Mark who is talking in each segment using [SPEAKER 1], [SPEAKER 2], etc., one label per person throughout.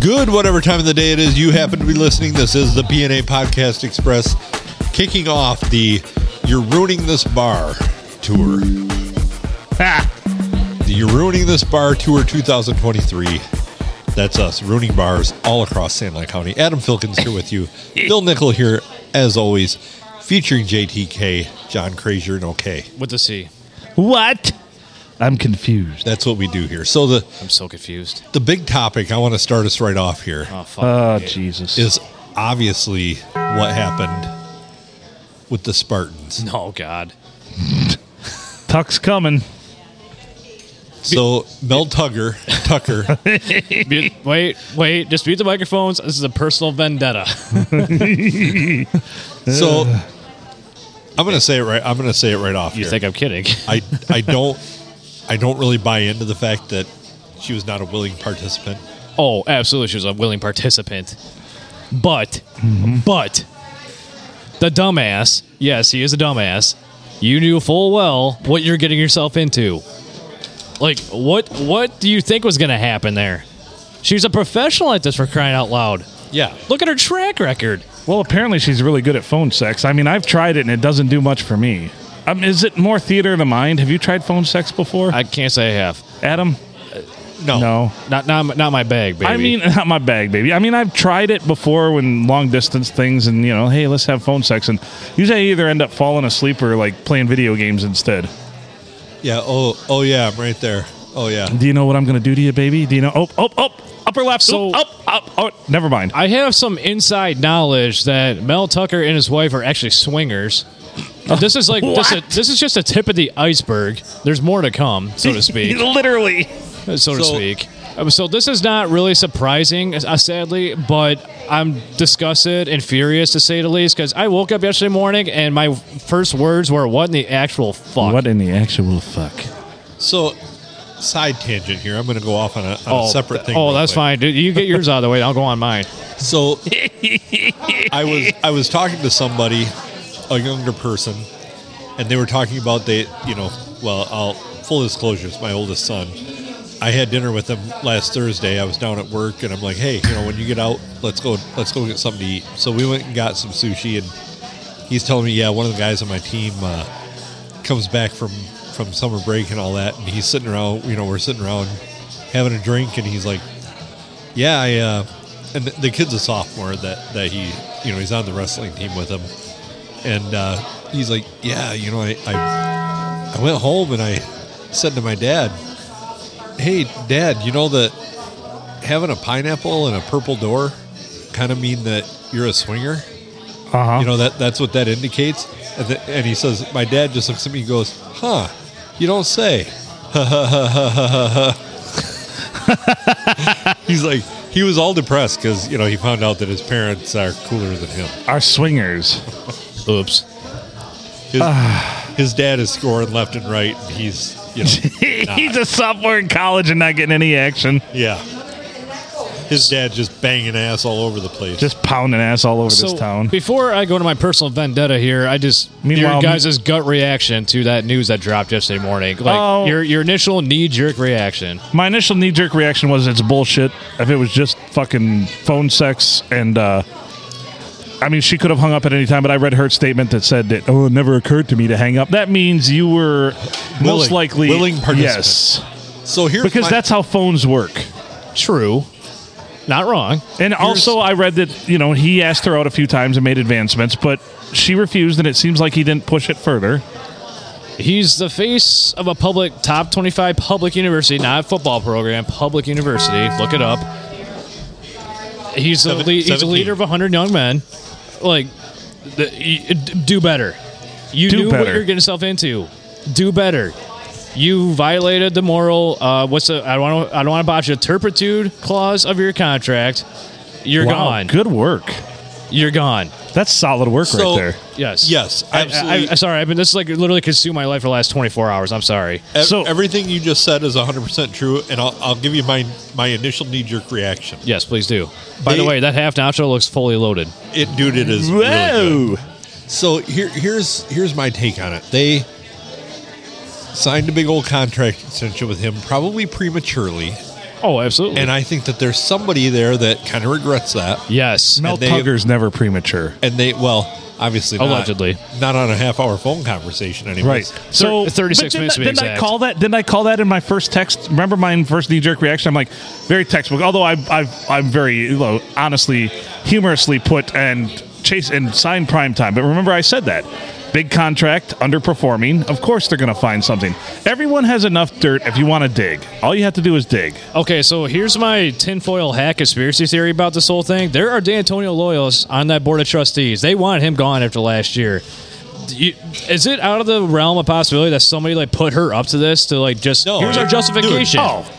[SPEAKER 1] Good, whatever time of the day it is you happen to be listening. This is the PNA Podcast Express kicking off the You're Ruining This Bar tour. The You're Ruining This Bar Tour 2023. That's us, ruining bars all across San Luis County. Adam Filkins here with you. Bill Nickel here, as always, featuring JTK, John Crazier, and OK.
[SPEAKER 2] With the C.
[SPEAKER 3] What? I'm confused.
[SPEAKER 1] That's what we do here. So the
[SPEAKER 2] I'm so confused.
[SPEAKER 1] the big topic I want to start us right off here
[SPEAKER 2] Oh fuck.
[SPEAKER 3] Oh, Jesus.
[SPEAKER 1] is obviously what happened with the Spartans.
[SPEAKER 2] no Oh, god.
[SPEAKER 3] Tuck's coming.
[SPEAKER 1] So Mel Tugger, Tucker,
[SPEAKER 2] Mute- wait, wait. Dispute the microphones. This is a personal vendetta.
[SPEAKER 1] so I'm going to say it right I'm going to say it right off
[SPEAKER 2] You
[SPEAKER 1] here.
[SPEAKER 2] think I'm kidding?
[SPEAKER 1] I I don't I don't really buy into the fact that she was not a willing participant.
[SPEAKER 2] Oh, absolutely. She was a willing participant. But, but, the dumbass. Yes, he is a dumbass. You knew full well what you're getting yourself into. Like, what? What do you think was going to happen there? She's a professional at this for crying out loud.
[SPEAKER 1] Yeah.
[SPEAKER 2] Look at her track record.
[SPEAKER 3] Well, apparently she's really good at phone sex. I mean, I've tried it and it doesn't do much for me. Um, is it more theater of the mind? Have you tried phone sex before,
[SPEAKER 2] I can't say I have.
[SPEAKER 3] Adam?
[SPEAKER 1] No.
[SPEAKER 3] No.
[SPEAKER 2] Oh. Not, not, not my bag, baby.
[SPEAKER 3] I mean, not my bag, baby. I mean, I've tried it before when long distance things and, you know, hey, let's have phone sex. And usually I either end up falling asleep or like playing video games instead.
[SPEAKER 1] Yeah, oh oh yeah, I'm right there. Oh yeah.
[SPEAKER 3] Do you know what I'm going to do to you, baby? Do you know? Oh, oh, oh, upper left.
[SPEAKER 2] So-
[SPEAKER 3] So, up, up, oh, never mind.
[SPEAKER 2] I have some inside knowledge that Mel Tucker and his wife are actually swingers. This is like this is,
[SPEAKER 3] What?
[SPEAKER 2] this is just a tip of the iceberg. There's more to come, so to speak.
[SPEAKER 3] Literally.
[SPEAKER 2] so to
[SPEAKER 1] So-
[SPEAKER 2] speak. Um, So this is not really surprising, uh, sadly, but I'm disgusted and furious to say the least because I woke up yesterday morning and my first words were, "What in the actual fuck?"
[SPEAKER 3] What in the actual fuck?
[SPEAKER 1] So side tangent here. I'm going to go off on a, on a separate
[SPEAKER 2] th-
[SPEAKER 1] thing.
[SPEAKER 2] Oh,
[SPEAKER 1] real
[SPEAKER 2] that's
[SPEAKER 1] quick.
[SPEAKER 2] fine, dude. You get yours out of the way. I'll go on mine.
[SPEAKER 1] So I was I was talking to somebody, a younger person, and they were talking about they you know well I'll full disclosure it's my oldest son. I had dinner with him last Thursday. I was down at work and I'm like, hey, you know when you get out, let's go let's go get something to eat. So we went and got some sushi and he's telling me, yeah, one of the guys on my team uh, comes back from from summer break and all that, and he's sitting around. You know, we're sitting around having a drink, and he's like, yeah, I. Uh, and the, the kid's a sophomore that that he, you know, he's on the wrestling team with him, and uh, he's like, yeah, you know, I, I I went home and I said to my dad, hey, dad, you know that having a pineapple and a purple door kind of mean that you're a swinger
[SPEAKER 3] Uh huh.
[SPEAKER 1] you know that that's what that indicates and, th- and he says my dad just looks at me and goes huh you don't say he's like he was all depressed because you know he found out that his parents are cooler than him
[SPEAKER 3] are swingers.
[SPEAKER 2] Oops.
[SPEAKER 1] his,
[SPEAKER 3] Ah.
[SPEAKER 1] his dad is scoring left and right and he's you know
[SPEAKER 3] He's a sophomore in college and not getting any action.
[SPEAKER 1] yeah his dad just banging ass all over the place
[SPEAKER 3] Just pounding ass all over this town.
[SPEAKER 2] Before I go to my personal vendetta here, I just
[SPEAKER 3] Meanwhile,
[SPEAKER 2] your guys' gut reaction to that news that dropped yesterday morning, like
[SPEAKER 3] Oh.
[SPEAKER 2] your your initial knee jerk reaction.
[SPEAKER 3] My initial knee jerk reaction was it's bullshit. If it was just fucking phone sex and, uh, I mean, she could have hung up at any time, but I read her statement that said that, oh, it never occurred to me to hang up. That means you were most
[SPEAKER 1] Willing-
[SPEAKER 3] likely.
[SPEAKER 1] willing participant.
[SPEAKER 3] Yes.
[SPEAKER 1] so here's
[SPEAKER 3] Because
[SPEAKER 1] my-
[SPEAKER 3] that's how phones work.
[SPEAKER 2] True, not wrong.
[SPEAKER 3] And also, I read that you know he asked her out a few times and made advancements, but she refused, and it seems like he didn't push it further.
[SPEAKER 2] He's the face of a public top twenty-five public university, not football program, public university. Look it up. He's a
[SPEAKER 1] Seven-
[SPEAKER 2] lea- he's a
[SPEAKER 1] 17.
[SPEAKER 2] leader of hundred young men. Like, the, y- d- do better. You
[SPEAKER 3] Do
[SPEAKER 2] knew what
[SPEAKER 3] better.
[SPEAKER 2] you're getting yourself into. Do better. You violated the moral. Uh, what's the? I don't want. I don't want to botch it. Turpitude clause of your contract. You're gone.
[SPEAKER 3] Good work.
[SPEAKER 2] You're gone.
[SPEAKER 3] That's solid work
[SPEAKER 1] So-
[SPEAKER 3] right
[SPEAKER 2] Yes.
[SPEAKER 1] yes
[SPEAKER 2] I,
[SPEAKER 1] absolutely
[SPEAKER 2] I, I, sorry. I've been. This is like literally consumed my life for the last 24 hours. I'm sorry.
[SPEAKER 1] Ev-
[SPEAKER 3] So-
[SPEAKER 1] e-, everything you just said is 100% true, and I'll, I'll give you my my initial knee jerk reaction.
[SPEAKER 2] Yes, please do. By the
[SPEAKER 1] They-
[SPEAKER 2] way, that half nacho looks fully loaded.
[SPEAKER 1] It, dude, it is.
[SPEAKER 3] there.
[SPEAKER 1] really good. So here, here's here's my take on it. They signed a big old contract extension with him, probably prematurely,
[SPEAKER 2] Oh, absolutely.
[SPEAKER 1] And I think that there's somebody there that kind of regrets that.
[SPEAKER 2] yes.
[SPEAKER 3] Mel
[SPEAKER 1] they-
[SPEAKER 3] Tugger's never premature.
[SPEAKER 1] And they, well, obviously, not-
[SPEAKER 2] Allegedly.
[SPEAKER 1] not, on a half-hour phone conversation, anyway.
[SPEAKER 3] Right. So
[SPEAKER 2] Thir- 36
[SPEAKER 3] but
[SPEAKER 2] minutes to be
[SPEAKER 3] Didn't, I- didn't
[SPEAKER 2] exact.
[SPEAKER 3] I call that? Didn't I call that in my first text? Remember my first knee jerk reaction? I'm like, very textbook. Although I, I, I'm very you know, honestly, humorously put and chase and signed prime time. But remember, I said that big contract, underperforming. Of course, they're going to find something. Everyone has enough dirt if you want to dig. All you have to do is dig.
[SPEAKER 2] Okay, so here's my tinfoil hat conspiracy theory about this whole thing. There are D'Antonio loyalists on that board of trustees. They want him gone after last year. Do you- Is it out of the realm of possibility that somebody like put her up to this to like just
[SPEAKER 1] No,
[SPEAKER 2] here's our
[SPEAKER 1] dude.
[SPEAKER 2] justification?
[SPEAKER 3] Oh, follow-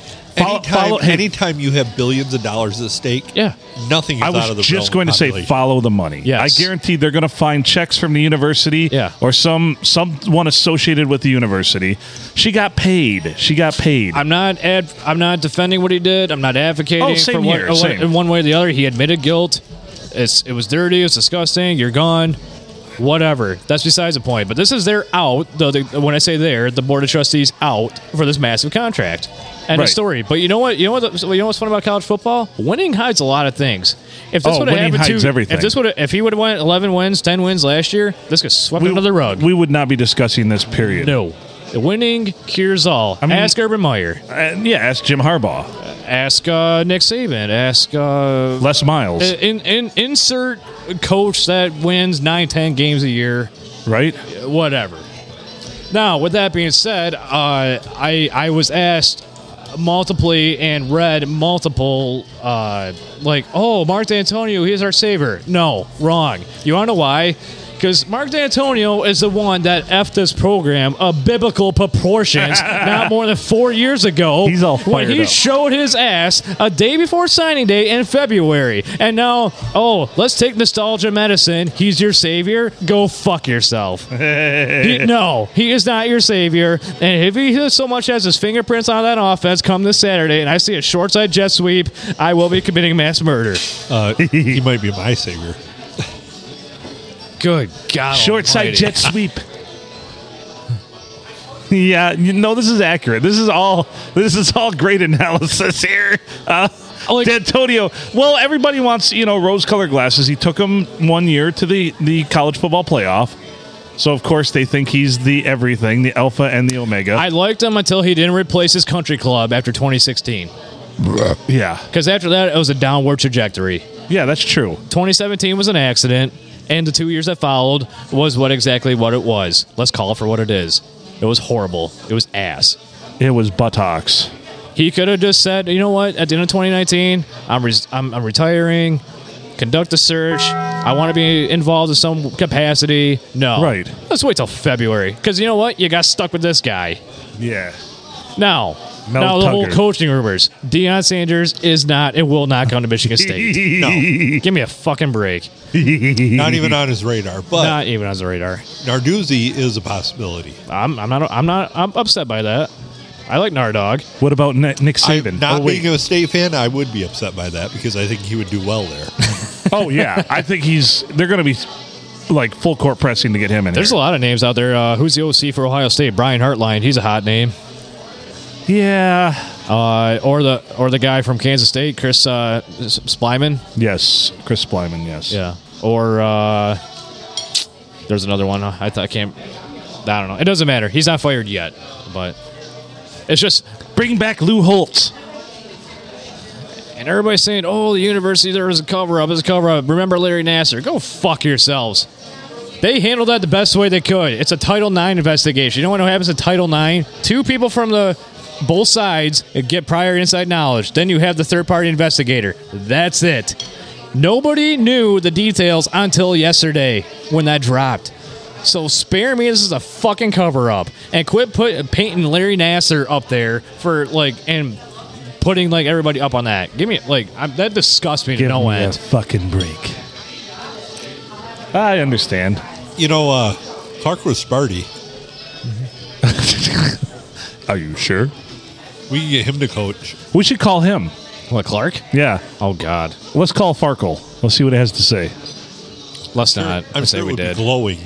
[SPEAKER 1] Anytime,
[SPEAKER 3] follow- hey,
[SPEAKER 1] anytime you have billions of dollars at stake,
[SPEAKER 2] Yeah.
[SPEAKER 1] nothing is
[SPEAKER 3] I
[SPEAKER 1] out
[SPEAKER 3] was
[SPEAKER 1] of the realm
[SPEAKER 3] just
[SPEAKER 1] of
[SPEAKER 3] going to say
[SPEAKER 1] possibility.
[SPEAKER 3] follow the money.
[SPEAKER 2] Yes.
[SPEAKER 3] I guarantee they're going to find checks from the university
[SPEAKER 2] Yeah.
[SPEAKER 3] or some someone associated with the university. She got paid. She got paid.
[SPEAKER 2] I'm not ad- I'm not defending what he did. I'm not advocating
[SPEAKER 3] Oh, same
[SPEAKER 2] for one,
[SPEAKER 3] here,
[SPEAKER 2] uh, one-
[SPEAKER 3] same.
[SPEAKER 2] in one way or the other. He admitted guilt. It's it was dirty. It's disgusting. You're gone. Whatever. That's besides the point. But this is their out. Though they, when I say their, the board of trustees out for this massive contract. End
[SPEAKER 3] Right.
[SPEAKER 2] of story. But you know what? You know what? You know what's fun about college football? Winning hides a lot of things. If this
[SPEAKER 3] Oh,
[SPEAKER 2] would have
[SPEAKER 3] winning
[SPEAKER 2] happened
[SPEAKER 3] hides
[SPEAKER 2] to
[SPEAKER 3] everything.
[SPEAKER 2] if this would if he would have won 11 wins, 10 wins last year, this could swept
[SPEAKER 3] we,
[SPEAKER 2] under the rug.
[SPEAKER 3] we would not be discussing this period.
[SPEAKER 2] no. Winning cures all.
[SPEAKER 3] mean-
[SPEAKER 2] Ask Urban Meyer.
[SPEAKER 3] And yeah, ask Jim Harbaugh.
[SPEAKER 2] Ask uh, Nick Saban. Ask uh,
[SPEAKER 3] Les Miles,
[SPEAKER 2] in, in insert coach that wins nine ten games a year,
[SPEAKER 3] right?
[SPEAKER 2] whatever. Now, with that being said, uh, I I was asked multiply and read multiple uh, like, oh, Mark D'Antonio, he is our savior. No, wrong. You want to know why? Because Mark D'Antonio is the one that effed this program of biblical proportions not more than four years ago.
[SPEAKER 3] He's all
[SPEAKER 2] when
[SPEAKER 3] fired
[SPEAKER 2] he
[SPEAKER 3] up.
[SPEAKER 2] showed his ass a day before signing day in February, and now, oh, let's take nostalgia medicine. He's your savior. Go fuck yourself. He- no, he is not your savior. And if he has so much as his fingerprints on that offense come this Saturday, and I see a short side jet sweep, I will be committing mass murder.
[SPEAKER 1] Uh, he might be my savior.
[SPEAKER 2] Good God,
[SPEAKER 3] Short side
[SPEAKER 2] almighty.
[SPEAKER 3] jet sweep. yeah, you know this is accurate. This is all this is all great analysis here. Uh,
[SPEAKER 2] Like-
[SPEAKER 3] D'Antonio. Well, everybody wants you know rose-colored glasses. He took them one year to the the college football playoff, so of course they think he's the everything, the alpha and the omega.
[SPEAKER 2] I liked him until he didn't replace his country club after 2016.
[SPEAKER 3] yeah,
[SPEAKER 2] Because after that, it was a downward trajectory.
[SPEAKER 3] yeah, that's true.
[SPEAKER 2] 2017 was an accident, and the two years that followed was what exactly what it was. Let's call it for what it is. It was horrible. It was ass.
[SPEAKER 3] It was buttocks.
[SPEAKER 2] He could have just said, you know what, at the end of 2019, I'm, res- I'm, I'm retiring, conduct a search. I want to be involved in some capacity. No.
[SPEAKER 3] Right.
[SPEAKER 2] Let's wait till February. Because you know what? You got stuck with this guy.
[SPEAKER 3] Yeah.
[SPEAKER 2] Now,
[SPEAKER 3] Mel
[SPEAKER 2] now the whole
[SPEAKER 3] Tucker.
[SPEAKER 2] coaching rumors. Deion Sanders is not and will not come to Michigan State. Give me a fucking break.
[SPEAKER 1] Not even on his radar, but
[SPEAKER 2] Not even on the radar.
[SPEAKER 1] Narduzzi is a possibility.
[SPEAKER 2] I'm, I'm not. I'm not. I'm upset by that. I like Nardog.
[SPEAKER 3] What about Ne- Nick Saban?
[SPEAKER 1] I, not
[SPEAKER 3] oh, wait.
[SPEAKER 1] being a state fan, I would be upset by that because I think he would do well there.
[SPEAKER 3] oh yeah, I think he's. They're going to be like full court pressing to get him in.
[SPEAKER 2] There's a
[SPEAKER 3] here.
[SPEAKER 2] lot of names out there. Uh, who's the OC for Ohio State? Brian Hartline. He's a hot name.
[SPEAKER 3] Yeah.
[SPEAKER 2] Uh, or the or the guy from Kansas State, Chris uh, S- Splyman.
[SPEAKER 3] Yes, Chris Blyman. Yes.
[SPEAKER 2] Yeah. Or uh, there's another one. Uh, I thought I can't. I don't know. It doesn't matter. He's not fired yet, but it's just
[SPEAKER 3] Bring back Lou Holtz.
[SPEAKER 2] and everybody's saying, "Oh, the university there was a cover up. It's a cover up." Remember Larry Nasser? Go fuck yourselves. They handled that the best way they could. It's a Title IX investigation. You know what happens to Title IX? Two people from the both sides get prior inside knowledge. Then you have the third party investigator. That's it. Nobody knew the details until yesterday when that dropped. So spare me. This is a fucking cover up, and quit put painting Larry Nasser up there for like and putting like everybody up on that. Give me like I, that disgusts me to no end.
[SPEAKER 3] fucking break. I understand.
[SPEAKER 1] you know, uh, talk with Sparty.
[SPEAKER 3] Are you sure?
[SPEAKER 1] We can get him to coach.
[SPEAKER 3] We should call him.
[SPEAKER 2] What Clark?
[SPEAKER 3] Yeah.
[SPEAKER 2] Oh God,
[SPEAKER 3] Let's call Farkle. Let's see what it has to say.
[SPEAKER 2] let's
[SPEAKER 3] Uh,
[SPEAKER 2] not.
[SPEAKER 1] I'm
[SPEAKER 2] I
[SPEAKER 1] sure
[SPEAKER 2] say
[SPEAKER 1] it
[SPEAKER 2] we
[SPEAKER 1] would
[SPEAKER 2] did.
[SPEAKER 1] be glowing.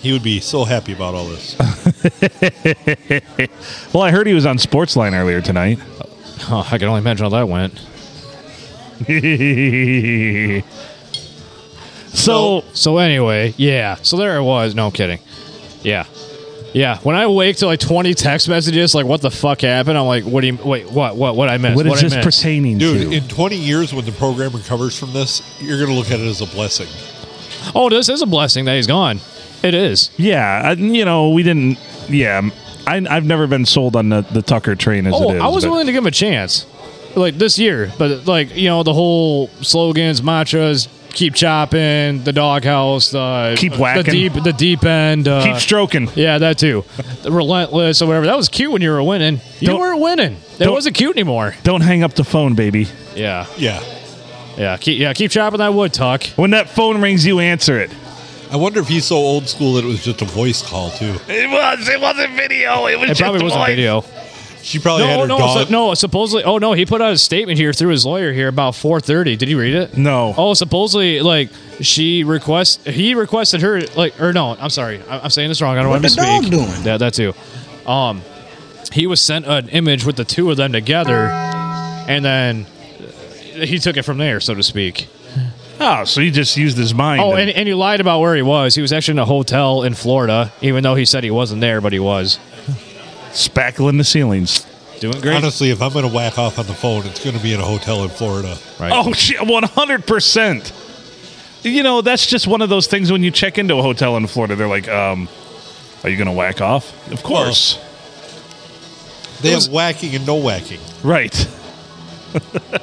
[SPEAKER 1] He would be so happy about all this.
[SPEAKER 3] Well, I heard he was on Sportsline earlier tonight.
[SPEAKER 2] Huh, I can only imagine how that went.
[SPEAKER 3] so
[SPEAKER 2] So anyway, yeah. So there it was. No I'm kidding. Yeah, yeah. When I wake to like twenty text messages, like what the fuck happened? I'm like, what do you? Wait, what? What? What I missed?
[SPEAKER 3] what is
[SPEAKER 2] I
[SPEAKER 3] this
[SPEAKER 2] missed?
[SPEAKER 3] pertaining
[SPEAKER 1] Dude,
[SPEAKER 3] to?
[SPEAKER 1] in 20 years, when the program recovers from this, you're going to look at it as a blessing.
[SPEAKER 2] oh, this is a blessing that he's gone. It is.
[SPEAKER 3] yeah, I, you know we didn't. Yeah, I, I've never been sold on the, the Tucker train as
[SPEAKER 2] Oh,
[SPEAKER 3] it is.
[SPEAKER 2] I was
[SPEAKER 3] but-
[SPEAKER 2] willing to give him a chance, like this year, but like you know the whole slogans, mantras, keep chopping, the doghouse, the
[SPEAKER 3] Keep
[SPEAKER 2] the
[SPEAKER 3] whacking.
[SPEAKER 2] deep, the deep end, uh,
[SPEAKER 3] keep stroking.
[SPEAKER 2] yeah, that too, the relentless or whatever. That was cute when you were winning. You
[SPEAKER 3] Don't-
[SPEAKER 2] weren't winning. That
[SPEAKER 3] don't-
[SPEAKER 2] wasn't cute anymore.
[SPEAKER 3] Don't hang up the phone, baby.
[SPEAKER 2] Yeah,
[SPEAKER 1] Yeah.
[SPEAKER 2] yeah, keep, yeah, keep chopping that wood, Tuck.
[SPEAKER 3] When that phone rings, you answer it.
[SPEAKER 1] I wonder if he's so old school that it was just a voice call, too.
[SPEAKER 3] It was. It wasn't video. It was.
[SPEAKER 2] It probably wasn't video.
[SPEAKER 1] She probably had
[SPEAKER 2] No,
[SPEAKER 1] her
[SPEAKER 2] no,
[SPEAKER 1] dog.
[SPEAKER 2] su- no. Supposedly, oh no, he put out a statement here through his lawyer here about 4:30. Did you read it?
[SPEAKER 3] No.
[SPEAKER 2] Oh, supposedly, like she request, he requested her, like, or no, I'm sorry, I- I'm saying this wrong. I don't want to
[SPEAKER 4] the dog
[SPEAKER 2] speak.
[SPEAKER 4] doing?
[SPEAKER 2] Yeah, that too. Um, he was sent an image with the two of them together, and then he took it from there, so to speak.
[SPEAKER 3] Oh, so he just used his mind.
[SPEAKER 2] Oh, and, and he lied about where he was. He was actually in a hotel in Florida, even though he said he wasn't there, but he was
[SPEAKER 3] spackling the ceilings.
[SPEAKER 2] doing great.
[SPEAKER 1] Honestly, if I'm going to whack off on the phone, it's going to be in a hotel in Florida.
[SPEAKER 2] Right.
[SPEAKER 3] Oh shit, one hundred percent. You know, that's just one of those things when you check into a hotel in Florida, they're like, um, are you gonna whack off? Of course.
[SPEAKER 1] They
[SPEAKER 2] It was-
[SPEAKER 1] have whacking and no whacking.
[SPEAKER 3] right.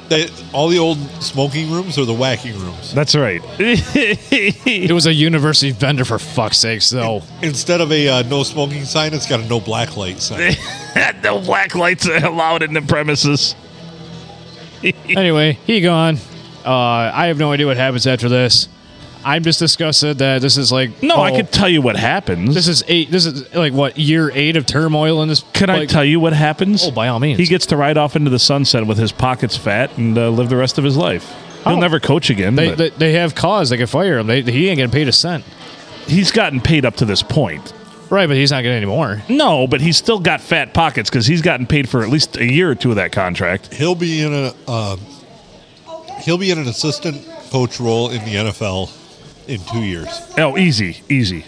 [SPEAKER 1] They, all the old smoking rooms are the whacking rooms.
[SPEAKER 3] That's right.
[SPEAKER 2] It was a university vendor for fuck's sakes, though.
[SPEAKER 1] Instead of a uh, no smoking sign, it's got a no black light sign.
[SPEAKER 3] no black lights are allowed in the premises.
[SPEAKER 2] anyway, he gone. Uh, I have no idea what happens after this. I'm just disgusted that this is like
[SPEAKER 3] No, I
[SPEAKER 2] oh,
[SPEAKER 3] could tell you what happens.
[SPEAKER 2] This is eight. This is like what year eight of turmoil in this.
[SPEAKER 3] Can I
[SPEAKER 2] like-
[SPEAKER 3] tell you what happens?
[SPEAKER 2] Oh, by all means.
[SPEAKER 3] He gets to ride off into the sunset with his pockets fat and uh, live the rest of his life. He'll
[SPEAKER 2] Oh.
[SPEAKER 3] never coach again.
[SPEAKER 2] They,
[SPEAKER 3] but
[SPEAKER 2] they, they have cause. They can fire him. They, he ain't getting paid a cent.
[SPEAKER 3] he's gotten paid up to this point.
[SPEAKER 2] Right, but he's not getting any more.
[SPEAKER 3] No, but he's still got fat pockets because he's gotten paid for at least a year or two of that contract.
[SPEAKER 1] He'll be in a um, he'll be in an assistant coach role in the NFL in two years.
[SPEAKER 3] Oh, easy, easy.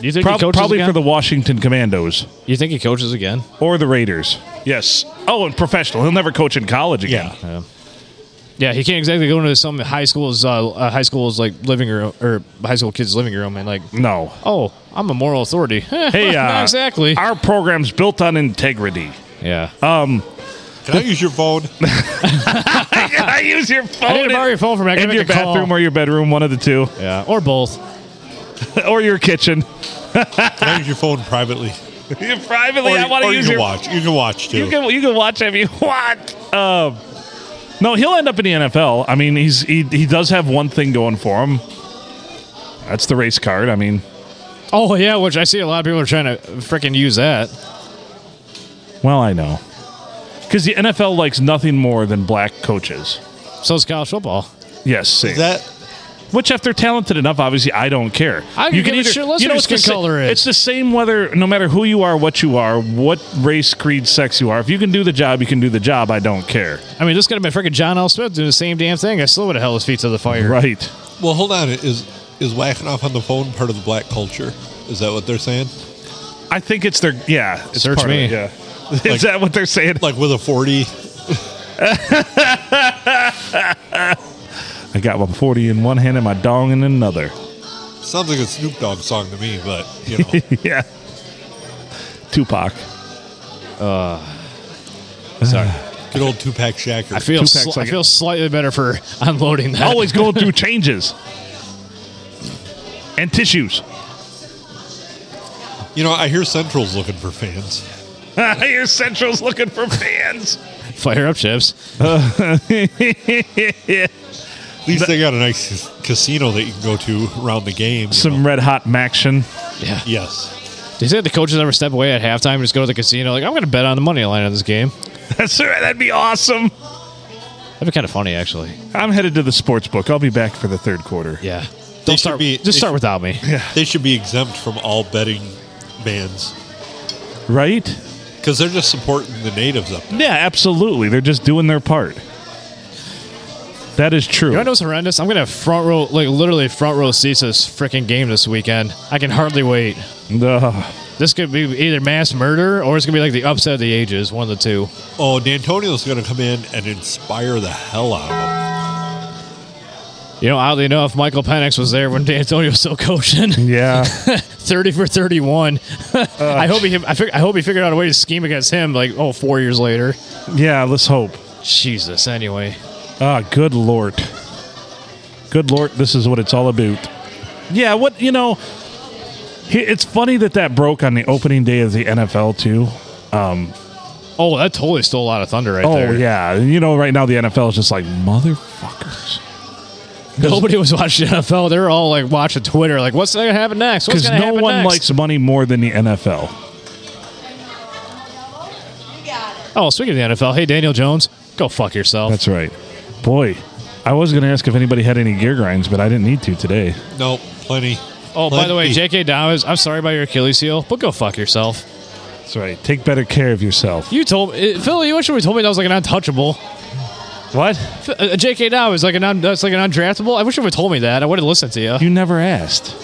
[SPEAKER 2] You think
[SPEAKER 3] Prob-
[SPEAKER 2] he coaches
[SPEAKER 3] probably
[SPEAKER 2] again?
[SPEAKER 3] for the Washington Commandos
[SPEAKER 2] You think he coaches again?
[SPEAKER 3] or the Raiders. Yes. Oh, and professional. He'll never coach in college again.
[SPEAKER 1] Yeah.
[SPEAKER 2] Yeah, he can't exactly go into some high school's uh, uh, high school's like living room or high school kids' living room and like,
[SPEAKER 3] No.
[SPEAKER 2] oh, I'm a moral authority.
[SPEAKER 3] Hey, uh, uh,
[SPEAKER 2] not exactly.
[SPEAKER 3] Our program's built on integrity.
[SPEAKER 2] yeah,
[SPEAKER 1] Can I use your phone?
[SPEAKER 3] I use your phone.
[SPEAKER 2] I need to borrow
[SPEAKER 3] in-
[SPEAKER 2] your phone from
[SPEAKER 3] in your bathroom or your bedroom, one of the two,
[SPEAKER 2] yeah, or both.
[SPEAKER 3] or your kitchen.
[SPEAKER 1] Can I use your phone privately?
[SPEAKER 3] Privately,
[SPEAKER 1] Or,
[SPEAKER 3] I want
[SPEAKER 1] or
[SPEAKER 3] to
[SPEAKER 1] you
[SPEAKER 3] use
[SPEAKER 1] can
[SPEAKER 3] your
[SPEAKER 1] watch. You can watch too.
[SPEAKER 3] You can you can watch if you want. Um, no, he'll end up in the NFL. I mean, he's he, he does have one thing going for him. That's the race card. I mean,
[SPEAKER 2] Oh yeah, which I see a lot of people are trying to freaking use that.
[SPEAKER 3] well, I know, because the NFL likes nothing more than black coaches.
[SPEAKER 2] So it's college football.
[SPEAKER 3] Yes, same.
[SPEAKER 1] Is that
[SPEAKER 3] Which, if they're talented enough, obviously, I don't care.
[SPEAKER 2] I could give a shit less who
[SPEAKER 3] it's the
[SPEAKER 2] skin
[SPEAKER 3] sa-
[SPEAKER 2] color is.
[SPEAKER 3] It's the same whether, no matter who you are, what you are, what race, creed, sex you are. If you can do the job, you can do the job. I don't care.
[SPEAKER 2] I mean, this could have been freaking John L. Smith doing the same damn thing. I still would have held his feet to the fire.
[SPEAKER 3] Right.
[SPEAKER 1] well? Hold on. Is is whacking off on the phone part of the black culture? Is that what they're saying?
[SPEAKER 3] I think it's their yeah. It's
[SPEAKER 2] Search
[SPEAKER 3] part of
[SPEAKER 2] me.
[SPEAKER 3] it, yeah. Is that what they're saying?
[SPEAKER 1] Like with a forty?
[SPEAKER 3] I got my 40 in one hand and my dong in another.
[SPEAKER 1] Sounds like a Snoop Dogg song to me, but you know.
[SPEAKER 3] yeah. Tupac.
[SPEAKER 2] Sorry,
[SPEAKER 1] Good old two pack shacker.
[SPEAKER 2] I feel
[SPEAKER 3] Two
[SPEAKER 2] sli-
[SPEAKER 3] packs
[SPEAKER 2] I
[SPEAKER 3] like
[SPEAKER 2] feel slightly better for unloading that.
[SPEAKER 3] Always going through changes. And tissues.
[SPEAKER 1] you know, I hear Central's looking for fans.
[SPEAKER 3] Your central's looking for fans.
[SPEAKER 2] fire up chips.
[SPEAKER 1] At least they got a nice cas- casino that you can go to around the game. you know.
[SPEAKER 3] Some red hot Maction.
[SPEAKER 2] Yeah.
[SPEAKER 1] Yes.
[SPEAKER 2] Do you think the coaches ever step away at halftime and just go to the casino? Like, I'm going to bet on the money line on this game.
[SPEAKER 3] That's right. That'd be awesome.
[SPEAKER 2] That'd be kind of funny, actually.
[SPEAKER 3] I'm headed to the sports book. I'll be back for the third quarter.
[SPEAKER 2] Yeah.
[SPEAKER 1] They
[SPEAKER 2] Don't start.
[SPEAKER 1] should be- they
[SPEAKER 2] just start
[SPEAKER 1] should-
[SPEAKER 2] without me.
[SPEAKER 1] They should be exempt from all betting bans.
[SPEAKER 3] Right?
[SPEAKER 1] because they're just supporting the natives up there.
[SPEAKER 3] Yeah, absolutely. They're just doing their part. That is true.
[SPEAKER 2] You know what's horrendous? I'm gonna have front row, like literally front row seats to this freaking game this weekend. I can hardly wait.
[SPEAKER 3] Ugh.
[SPEAKER 2] This could be either mass murder or it's gonna be like the upset of the ages, one of the two.
[SPEAKER 1] Oh, D'Antonio's going to come in and inspire the hell out of them.
[SPEAKER 2] You know, oddly enough, Michael Penix was there when D'Antonio was still coaching,
[SPEAKER 3] yeah.
[SPEAKER 2] thirty for thirty-one. I hope he, I, fig- I hope he figured out a way to scheme against him. Like, oh, four years later,
[SPEAKER 3] yeah, let's hope.
[SPEAKER 2] Jesus. Anyway,
[SPEAKER 3] Ah, good lord. Good lord, this is what it's all about. Yeah, what, you know, he- it's funny that that broke on the opening day of the NFL, too.
[SPEAKER 2] oh, that totally stole a lot of thunder right
[SPEAKER 3] Oh,
[SPEAKER 2] there.
[SPEAKER 3] yeah. You know, right now the NFL is just like, motherfuckers.
[SPEAKER 2] Nobody was watching NFL. They were all like watching Twitter. Like, what's going to happen next? What's
[SPEAKER 3] Because
[SPEAKER 2] going to
[SPEAKER 3] no
[SPEAKER 2] happen
[SPEAKER 3] one
[SPEAKER 2] next?
[SPEAKER 3] likes money more than the NFL.
[SPEAKER 2] Oh, speaking of the NFL, hey Daniel Jones, go fuck yourself.
[SPEAKER 3] That's right. Boy, I was going to ask if anybody had any gear grinds, but I didn't need to today.
[SPEAKER 1] Nope, plenty.
[SPEAKER 2] oh, by the way,
[SPEAKER 1] Plenty.
[SPEAKER 2] J.K. Dobbins, I'm sorry about your Achilles heel, but go fuck yourself.
[SPEAKER 3] That's right. Take better care of yourself.
[SPEAKER 2] You told me, uh, Phil, you actually told me that was like an untouchable.
[SPEAKER 3] What?
[SPEAKER 2] F- uh, J.K. Dobbins, like an un- that's like an undraftable. I wish you would have told me that. I would have listened to you.
[SPEAKER 3] You never asked.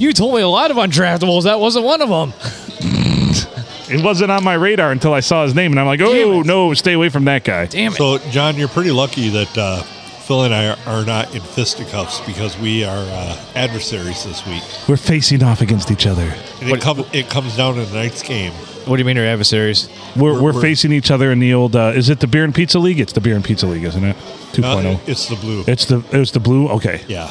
[SPEAKER 2] You told me a lot of undraftables. That wasn't one of them.
[SPEAKER 3] It wasn't on my radar until I saw his name, and I'm like, oh,
[SPEAKER 2] it.
[SPEAKER 3] no, stay away from that guy.
[SPEAKER 2] Damn it.
[SPEAKER 1] So, John, you're pretty lucky that uh, Phil and I are, are not in fisticuffs because we are uh, adversaries this week.
[SPEAKER 3] We're facing off against each other.
[SPEAKER 1] And it, com- it comes down to tonight's game.
[SPEAKER 2] what do you mean, your adversaries?
[SPEAKER 3] We're, we're,
[SPEAKER 1] We're- we're-
[SPEAKER 3] facing each other in the old. Uh, is it the Beer and Pizza League? It's the Beer and Pizza League, isn't it? 2.0.
[SPEAKER 1] Uh, it's the blue.
[SPEAKER 3] it's the it was the blue. Okay.
[SPEAKER 1] yeah.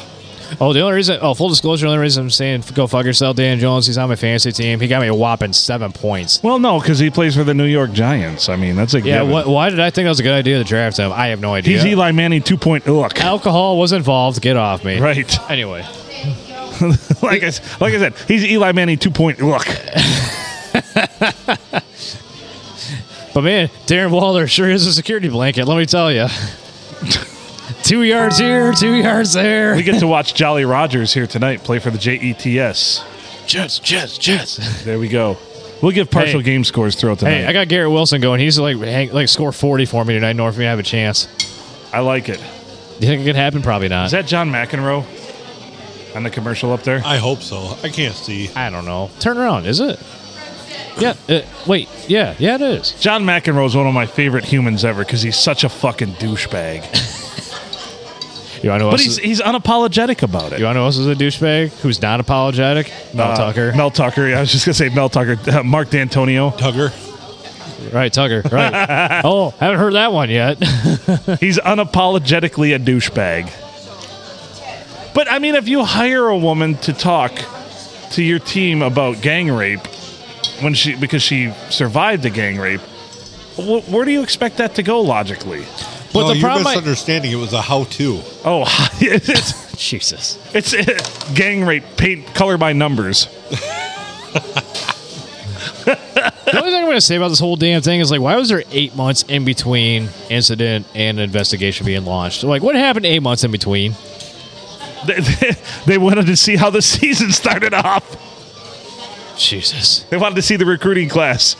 [SPEAKER 2] Oh, the only reason. Oh, full disclosure. The only reason I'm saying go fuck yourself, Dan Jones. He's on my fantasy team. He got me a whopping seven points.
[SPEAKER 3] Well, no, because he plays for the New York Giants. I mean, that's a
[SPEAKER 2] Yeah.
[SPEAKER 3] given.
[SPEAKER 2] wh- why did I think that was a good idea to draft him? I have no idea.
[SPEAKER 3] He's Eli Manning 2.0.
[SPEAKER 2] Alcohol was involved. Get off me.
[SPEAKER 3] Right.
[SPEAKER 2] Anyway,
[SPEAKER 3] like I, s- like I said, he's Eli Manning 2.0. Look,
[SPEAKER 2] but man, Darren Waller sure is a security blanket. Let me tell you. two yards here, two yards there.
[SPEAKER 3] we get to watch Jolly Rogers here tonight play for the JETS.
[SPEAKER 2] Jets, Jets, Jets.
[SPEAKER 3] There we go. We'll give partial
[SPEAKER 2] Hey.
[SPEAKER 3] game scores throughout tonight.
[SPEAKER 2] Hey, I got Garrett Wilson going. He's like hang, like score forty for me tonight. North, if you have a chance.
[SPEAKER 3] I like it.
[SPEAKER 2] You think it could happen? Probably not.
[SPEAKER 3] Is that John McEnroe on the commercial up there?
[SPEAKER 1] I hope so. I can't see.
[SPEAKER 2] I don't know. Turn around. Is it? Yeah. Uh, wait. Yeah. Yeah. It is.
[SPEAKER 3] John McEnroe is one of my favorite humans ever because he's such a fucking douchebag.
[SPEAKER 2] You want to know? who
[SPEAKER 3] But
[SPEAKER 2] else
[SPEAKER 3] he's
[SPEAKER 2] is-
[SPEAKER 3] he's unapologetic about it.
[SPEAKER 2] You want to know who else is a douchebag who's not apologetic? Mel
[SPEAKER 3] Uh,
[SPEAKER 2] Tucker.
[SPEAKER 3] Mel Tucker. yeah, I was just gonna say Mel Tucker. Uh, Mark D'Antonio.
[SPEAKER 1] Tugger.
[SPEAKER 2] Right, Tucker. Right. oh, haven't heard that one yet.
[SPEAKER 3] He's unapologetically a douchebag. But I mean, if you hire a woman to talk to your team about gang rape when she because she survived a gang rape, wh- where do you expect that to go logically?
[SPEAKER 2] But
[SPEAKER 1] no,
[SPEAKER 2] the
[SPEAKER 1] you're
[SPEAKER 2] problem, I-
[SPEAKER 1] misunderstanding. It was a how-to.
[SPEAKER 3] Oh, it's
[SPEAKER 2] Jesus.
[SPEAKER 3] It's gang rape, paint color by numbers.
[SPEAKER 2] The only thing I'm going to say about this whole damn thing is like, why was there eight months in between incident and investigation being launched? Like, what happened eight months in between?
[SPEAKER 3] They, they- they wanted to see how the season started off.
[SPEAKER 2] Jesus,
[SPEAKER 3] They wanted to see the recruiting class,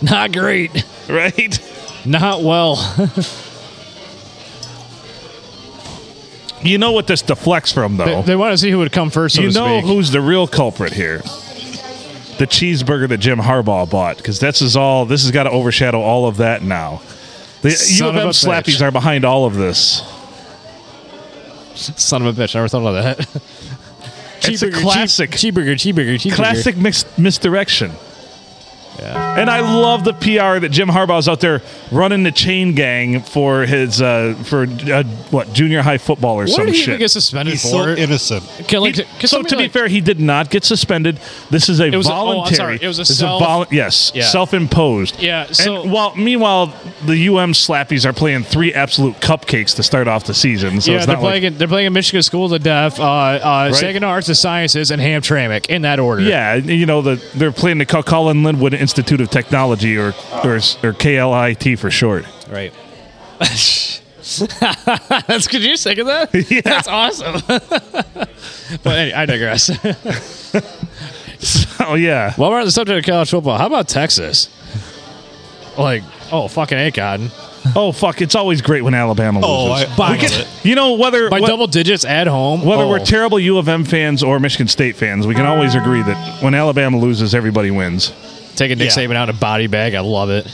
[SPEAKER 2] not great,
[SPEAKER 3] right?
[SPEAKER 2] not well.
[SPEAKER 3] You know what this deflects from,
[SPEAKER 2] they
[SPEAKER 3] though.
[SPEAKER 2] they want to see who would come first. So
[SPEAKER 3] you
[SPEAKER 2] to
[SPEAKER 3] know
[SPEAKER 2] speak.
[SPEAKER 3] who's the real culprit here? The cheeseburger that Jim Harbaugh bought, because this is all. This has got to overshadow all of that now. The U
[SPEAKER 2] Son
[SPEAKER 3] of
[SPEAKER 2] of
[SPEAKER 3] M
[SPEAKER 2] a bitch.
[SPEAKER 3] slappies are behind all of this.
[SPEAKER 2] Son of a bitch! I never thought of that.
[SPEAKER 3] It's a
[SPEAKER 2] Cheeseburger, cheese-
[SPEAKER 3] classic-
[SPEAKER 2] cheeseburger, cheeseburger, cheeseburger.
[SPEAKER 3] Classic mis- misdirection.
[SPEAKER 2] Yeah.
[SPEAKER 3] And I love the PR that Jim Harbaugh's out there running the chain gang for his uh, for uh, what junior high football or
[SPEAKER 2] What
[SPEAKER 3] some
[SPEAKER 2] did he
[SPEAKER 3] shit.
[SPEAKER 2] even get suspended
[SPEAKER 1] He's so
[SPEAKER 2] for?
[SPEAKER 1] innocent.
[SPEAKER 2] Can, like,
[SPEAKER 3] He-
[SPEAKER 2] can
[SPEAKER 3] so
[SPEAKER 2] somebody,
[SPEAKER 3] to be
[SPEAKER 2] like-
[SPEAKER 3] fair, he did not get suspended. This is a
[SPEAKER 2] was a- oh, I'm
[SPEAKER 3] voluntary.
[SPEAKER 2] sorry, it was a
[SPEAKER 3] this is
[SPEAKER 2] self-
[SPEAKER 3] volu- yes,
[SPEAKER 2] Yeah.
[SPEAKER 3] self-imposed.
[SPEAKER 2] Yeah, so-
[SPEAKER 3] and while meanwhile the UM slappies are playing three absolute cupcakes to start off the season. So
[SPEAKER 2] yeah,
[SPEAKER 3] it's
[SPEAKER 2] they're
[SPEAKER 3] not like
[SPEAKER 2] playing. in they're playing in Michigan School of the Deaf, uh, uh, Saginaw Arts and Sciences, and Hamtramck in that order.
[SPEAKER 3] Yeah, you know the, they're playing the Col- Colin Linwood Institute of Technology, or or, or KLIT for short.
[SPEAKER 2] right. That's could you second that? That's awesome. but anyway, I digress.
[SPEAKER 3] oh yeah.
[SPEAKER 2] While we're on the subject of college football, how about Texas? Like, oh, fucking A Cotton.
[SPEAKER 3] Oh fuck! It's always great when Alabama loses.
[SPEAKER 1] Oh, I- I
[SPEAKER 3] We
[SPEAKER 1] love
[SPEAKER 3] can-
[SPEAKER 1] it.
[SPEAKER 3] you know whether
[SPEAKER 2] By
[SPEAKER 3] what-
[SPEAKER 2] double digits at home.
[SPEAKER 3] whether
[SPEAKER 2] oh.
[SPEAKER 3] we're terrible U of M fans or Michigan State fans, we can always agree that when Alabama loses, everybody wins.
[SPEAKER 2] taking Nick
[SPEAKER 1] Yeah.
[SPEAKER 2] Saban out in a body bag, I love it.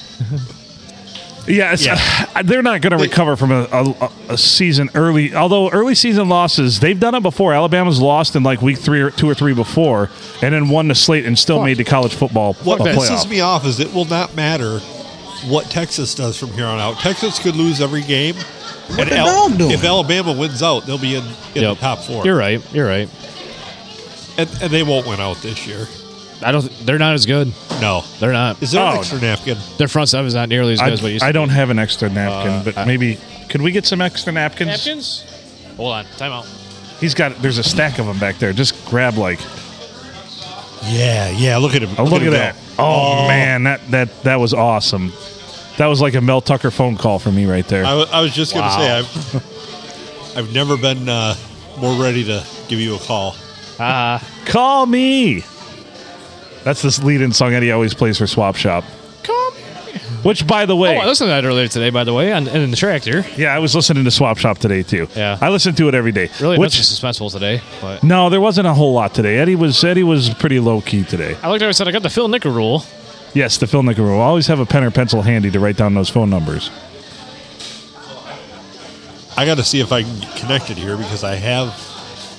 [SPEAKER 3] Yeah, it's, they're not going to recover from a, a, a season early. Although early season losses, they've done it before. Alabama's lost in like week three or two or three before, and then won the slate and still made the college football
[SPEAKER 1] What
[SPEAKER 3] playoff.
[SPEAKER 1] pisses me off is it will not matter what Texas does from here on out. Texas could lose every game. and
[SPEAKER 4] the hell doing?
[SPEAKER 1] if Alabama wins out, they'll be in, in
[SPEAKER 2] Yep.
[SPEAKER 1] the top 4
[SPEAKER 2] You're right. You're right.
[SPEAKER 1] And, and they won't win out this year.
[SPEAKER 2] I don't. They're not as good.
[SPEAKER 1] No.
[SPEAKER 2] They're not.
[SPEAKER 1] Is there
[SPEAKER 3] Oh,
[SPEAKER 1] an extra napkin?
[SPEAKER 2] Their front seven is not nearly as good
[SPEAKER 3] I,
[SPEAKER 2] as what you.
[SPEAKER 3] I don't have an extra napkin, but
[SPEAKER 2] I-
[SPEAKER 3] maybe could we get some extra napkins?
[SPEAKER 2] napkins. Hold on. Time out.
[SPEAKER 3] He's got there's a stack of them back there. Just grab like
[SPEAKER 1] Yeah, yeah. Look at him.
[SPEAKER 3] oh, look at
[SPEAKER 1] him
[SPEAKER 3] that.
[SPEAKER 1] go.
[SPEAKER 3] Oh, man, that that that was awesome. That was like a Mel Tucker phone call for me right there.
[SPEAKER 1] I, wa- I was just going to
[SPEAKER 2] Wow.
[SPEAKER 1] say, I've, I've never been uh, more ready to give you a call.
[SPEAKER 3] Call me. That's this lead-in song Eddie always plays for Swap Shop.
[SPEAKER 2] Come.
[SPEAKER 3] Which, by the
[SPEAKER 2] Oh,
[SPEAKER 3] way,
[SPEAKER 2] I listened to that earlier today, by the way, on, and in the tractor.
[SPEAKER 3] yeah, I was listening to Swap Shop today too.
[SPEAKER 2] Yeah.
[SPEAKER 3] I listen to it every day.
[SPEAKER 2] Really,
[SPEAKER 3] Which,
[SPEAKER 2] nothing suspenseful today. But
[SPEAKER 3] no, there wasn't a whole lot today. Eddie was Eddie was pretty low key today.
[SPEAKER 2] I looked at it and said, I got the Phil Nickel rule.
[SPEAKER 3] Yes, the Phil Nicker rule. Always have a pen or pencil handy to write down those phone numbers.
[SPEAKER 1] I got to see if I can get connected here because I have.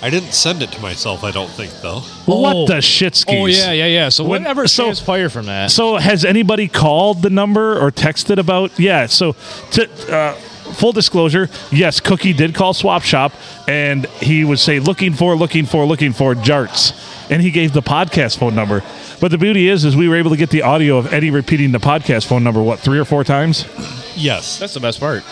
[SPEAKER 1] I didn't send it to myself, I don't think, though.
[SPEAKER 2] Oh.
[SPEAKER 3] What the shit skis?
[SPEAKER 2] Oh yeah, yeah, yeah. So
[SPEAKER 3] When-
[SPEAKER 2] whatever
[SPEAKER 3] so-
[SPEAKER 2] transpired from that.
[SPEAKER 3] So has anybody called the number or texted about? Yeah. So to uh, full disclosure, yes, Cookie did call Swap Shop, and he would say looking for, looking for, looking for Jarts, and he gave the podcast phone number. But the beauty is, is we were able to get the audio of Eddie repeating the podcast phone number what three or four times.
[SPEAKER 1] Yes.
[SPEAKER 2] that's the best part.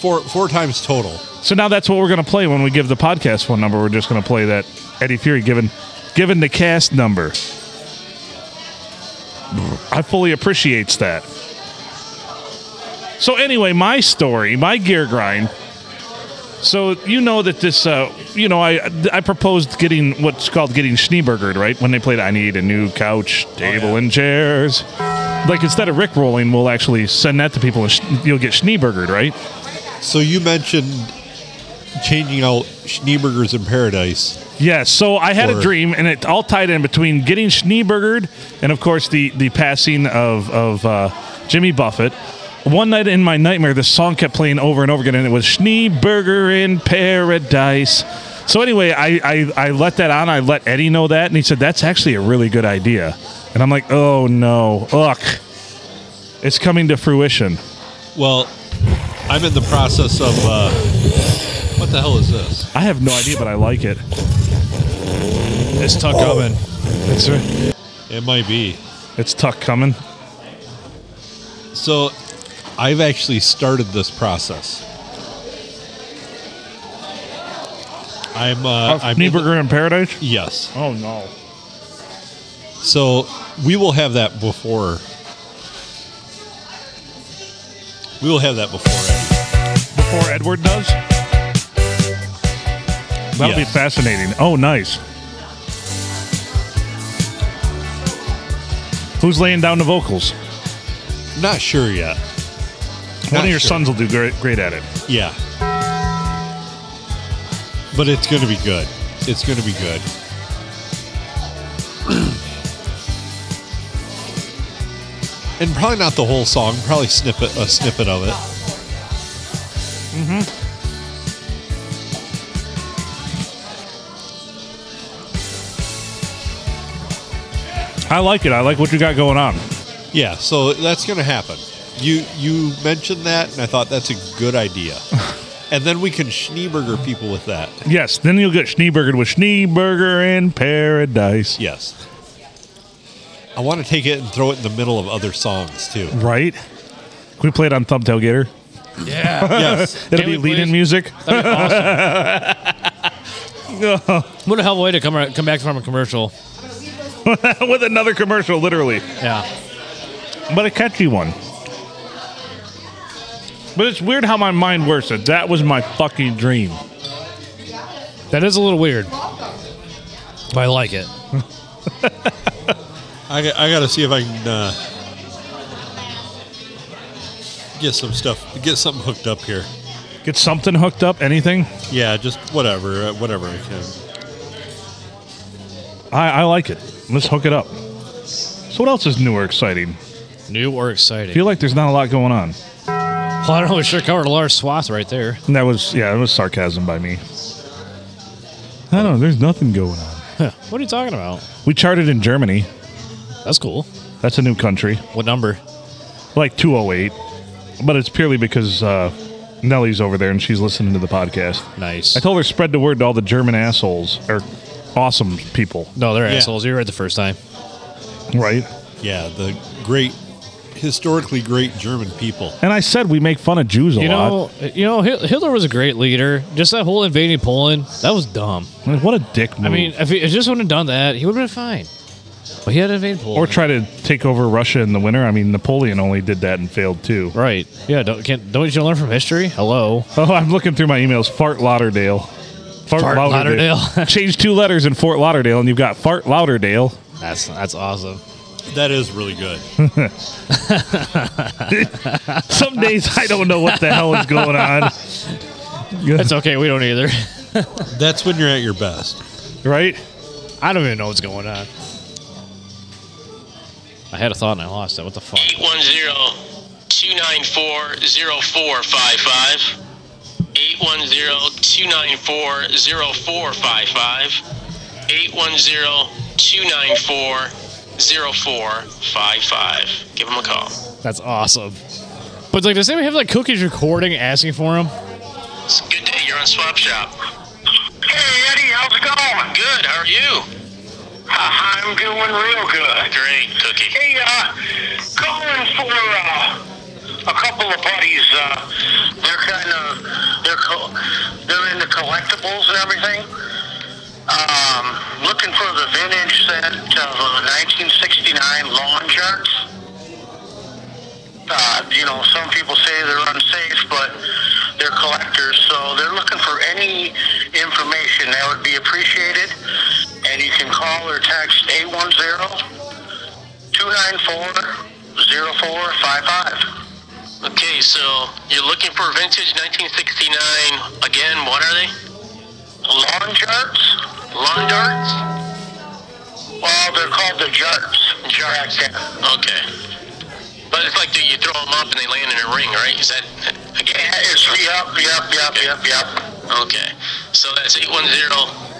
[SPEAKER 1] Four, four times total.
[SPEAKER 3] So now that's what we're going to play when we give the podcast phone number. We're just going to play that Eddie Fury given given the cast number. I fully appreciates that. So anyway, my story, my gear grind. So you know that this, uh, you know, I I proposed getting what's called getting Schneeburgered, right? When they played, I need a new couch, table, and chairs. Like instead of Rick rolling, we'll actually send that to people, and sh- you'll get Schneeburgered, right?
[SPEAKER 1] So you mentioned changing out Schneeberger's in Paradise.
[SPEAKER 3] Yes, so I had a
[SPEAKER 1] Or-
[SPEAKER 3] dream, and it all tied in between getting Schneebergered and, of course, the the passing of of uh, Jimmy Buffett. One night in my nightmare, this song kept playing over and over again, and it was Schneeberger in Paradise. So anyway, I, I I let that on. I let Eddie know that, and he said that's actually a really good idea. And I'm like, oh no, ugh, it's coming to fruition.
[SPEAKER 1] Well, I'm in the process of. Uh, what the hell is this?
[SPEAKER 3] I have no idea, but I like it.
[SPEAKER 2] It's Tuck coming.
[SPEAKER 3] It's uh,
[SPEAKER 1] It might be.
[SPEAKER 3] it's Tuck coming.
[SPEAKER 1] So I've actually started this process. I'm. Uh, I'm in the-
[SPEAKER 3] Schneeberger in Paradise.
[SPEAKER 1] yes.
[SPEAKER 3] Oh no.
[SPEAKER 1] So we will have that before. We will have that before. Eddie.
[SPEAKER 3] before Edward does? That'll be
[SPEAKER 1] Yes.
[SPEAKER 3] fascinating. Oh, nice. Who's laying down the vocals?
[SPEAKER 1] Not sure yet.
[SPEAKER 3] One
[SPEAKER 1] Not
[SPEAKER 3] of your
[SPEAKER 1] sure.
[SPEAKER 3] sons will do great, great at it.
[SPEAKER 1] Yeah. But it's going to be good. It's going to be good. and probably not the whole song, probably snippet a snippet of it.
[SPEAKER 3] I like it. I like what you got going on.
[SPEAKER 1] Yeah, so that's going to happen. You you mentioned that and I thought that's a good idea. and then we can Schneeberger people with that.
[SPEAKER 3] Yes, then you'll get Schneeberger with Schneeberger in Paradise.
[SPEAKER 1] Yes. I want to take it and throw it in the middle of other songs too.
[SPEAKER 3] Right? Can we play it on Thumbtail Gator?
[SPEAKER 2] Yeah.
[SPEAKER 1] Yes.
[SPEAKER 3] It'll
[SPEAKER 2] Can
[SPEAKER 3] be
[SPEAKER 2] we
[SPEAKER 3] lead in
[SPEAKER 2] please?
[SPEAKER 3] music.
[SPEAKER 2] That'd be awesome. what a hell of a way to come ar- come back from a commercial.
[SPEAKER 3] with another commercial, literally.
[SPEAKER 2] Yeah.
[SPEAKER 3] but a catchy one. But it's weird how my mind works. That that was my fucking dream.
[SPEAKER 2] That is a little weird. But I like it.
[SPEAKER 1] I, got- I got to see if I can uh, get some stuff, get something hooked up here.
[SPEAKER 3] Get something hooked up, anything.
[SPEAKER 1] Yeah, just whatever, uh, whatever I can.
[SPEAKER 3] I, I like it. Let's hook it up. So what else is new or exciting?
[SPEAKER 2] New or exciting?
[SPEAKER 3] Feel like there's not a lot going on.
[SPEAKER 2] well, I don't know. We sure covered a large swath right there.
[SPEAKER 3] And that was yeah, that was sarcasm by me. I don't know. There's nothing going on.
[SPEAKER 2] Huh, what are you talking about?
[SPEAKER 3] We charted in Germany.
[SPEAKER 2] That's cool.
[SPEAKER 3] That's a new country,
[SPEAKER 2] What number?
[SPEAKER 3] like 208, but it's purely because uh, Nellie's over there and she's listening to the podcast.
[SPEAKER 2] Nice.
[SPEAKER 3] I told her spread the word to all the German assholes or awesome people,
[SPEAKER 2] no, they're
[SPEAKER 1] Yeah.
[SPEAKER 2] assholes. You're right the first time.
[SPEAKER 3] right?
[SPEAKER 1] Yeah, the great, historically great German people.
[SPEAKER 3] And I said we make fun of Jews a
[SPEAKER 2] You
[SPEAKER 3] lot.
[SPEAKER 2] know, you know, Hit- Hitler was a great leader. Just that whole invading Poland, that was dumb.
[SPEAKER 3] Like, what a dick move.
[SPEAKER 2] I mean, if he if he just wouldn't have done that, he would have been fine. But he had to invade
[SPEAKER 3] or
[SPEAKER 2] Poland.
[SPEAKER 3] try to take over Russia in the winter. I mean, Napoleon only did that and failed too.
[SPEAKER 2] right? Yeah. Don't can't, don't you learn from history? Hello.
[SPEAKER 3] Oh, I'm looking through my emails. Fart Lauderdale. Fart,
[SPEAKER 2] Fart Lauderdale.
[SPEAKER 3] Change two letters in Fort Lauderdale, and you've got Fart Lauderdale.
[SPEAKER 2] That's that's awesome.
[SPEAKER 1] That is really good.
[SPEAKER 3] Some days I don't know what the hell is going on.
[SPEAKER 2] It's okay. We don't either.
[SPEAKER 1] That's when you're at your best.
[SPEAKER 3] Right?
[SPEAKER 2] I don't even know what's going on. I had a thought and I lost it. What the fuck?
[SPEAKER 4] 810-294-0455. 810-294-0455. 810-294-0455. Give him a call.
[SPEAKER 2] That's awesome. But like, does anybody have like cookies recording asking for him?
[SPEAKER 4] It's a good day. You're on Swap Shop.
[SPEAKER 5] Hey Eddie, how's it going? Uh,
[SPEAKER 4] Good. How are you?
[SPEAKER 5] I'm doing real good.
[SPEAKER 4] Great, Cookie.
[SPEAKER 5] Hey, uh, calling for uh, a couple of buddies. Uh, they're kind of they're co- they're into collectibles and everything. Um, looking for the vintage set of uh, 1969 lawn charts. Uh, you know, some people say they're unsafe, but they're collectors, so they're looking for any information that would be appreciated. And you can call or text 810 294-0455.
[SPEAKER 4] Okay, so you're looking for vintage 1969. Again, what are they?
[SPEAKER 5] Lawn charts?
[SPEAKER 4] Lawn darts?
[SPEAKER 5] Well, they're called the jarts. Correct. yeah.
[SPEAKER 4] Okay. But it's like do you throw them up and they land in a ring, right? Is that again?
[SPEAKER 5] Yeah, it's yep, yep, yep, yep, yep.
[SPEAKER 4] Okay. So that's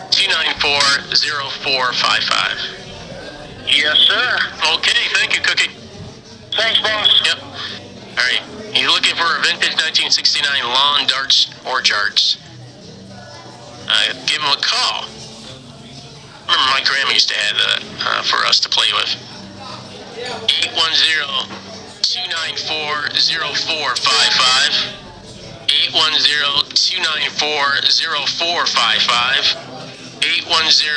[SPEAKER 4] 810-294-0455.
[SPEAKER 5] Yes, sir.
[SPEAKER 4] Okay, thank you, Cookie.
[SPEAKER 5] Thanks, boss.
[SPEAKER 4] Yep. All right. You're looking for a vintage 1969 lawn darts or jarts. Uh, give him a call. Remember, my grandma used to have that uh, for us to play with. 810-294-0455. 810-294-0455.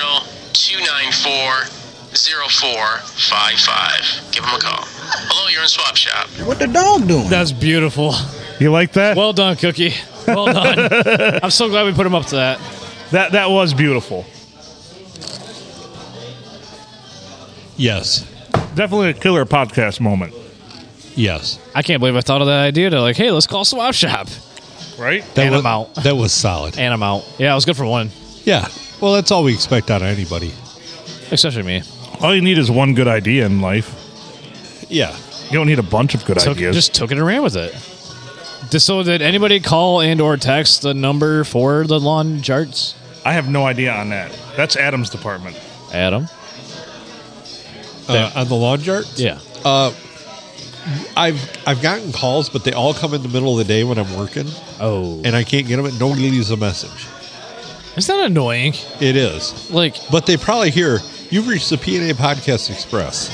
[SPEAKER 4] 810-294-0455. Give him a call. Hello, you're in Swap Shop.
[SPEAKER 6] What the dog doing?
[SPEAKER 2] That's beautiful.
[SPEAKER 3] You like that?
[SPEAKER 2] Well done, Cookie. Well done. I'm so glad we put him up to that.
[SPEAKER 3] that that was beautiful.
[SPEAKER 1] Yes,
[SPEAKER 3] Definitely a killer podcast moment,
[SPEAKER 1] yes.
[SPEAKER 2] I can't believe I thought of that idea to like, hey, let's call Swap Shop.
[SPEAKER 3] right?
[SPEAKER 1] That
[SPEAKER 2] And
[SPEAKER 1] was,
[SPEAKER 2] I'm out.
[SPEAKER 1] That was solid.
[SPEAKER 2] And I'm out. Yeah, it was good for one,
[SPEAKER 1] Yeah. Well, that's all we expect out of anybody.
[SPEAKER 2] especially me.
[SPEAKER 3] All you need is one good idea in life.
[SPEAKER 1] Yeah.
[SPEAKER 3] You don't need a bunch of good
[SPEAKER 2] Took,
[SPEAKER 3] ideas.
[SPEAKER 2] just took it and ran with it. Just so did anybody call and or text the number for the lawn charts?
[SPEAKER 3] I have no idea on that. That's Adam's department.
[SPEAKER 2] Adam.
[SPEAKER 1] Uh, on the lawn chart.
[SPEAKER 2] Yeah.
[SPEAKER 1] I've I've gotten calls, but they all come in the middle of the day when I'm working,
[SPEAKER 2] Oh.
[SPEAKER 1] and I can't get them. And nobody leaves a message.
[SPEAKER 2] Is that annoying?
[SPEAKER 1] It is,
[SPEAKER 2] Like,
[SPEAKER 1] but they probably hear you've reached the PNA Podcast Express,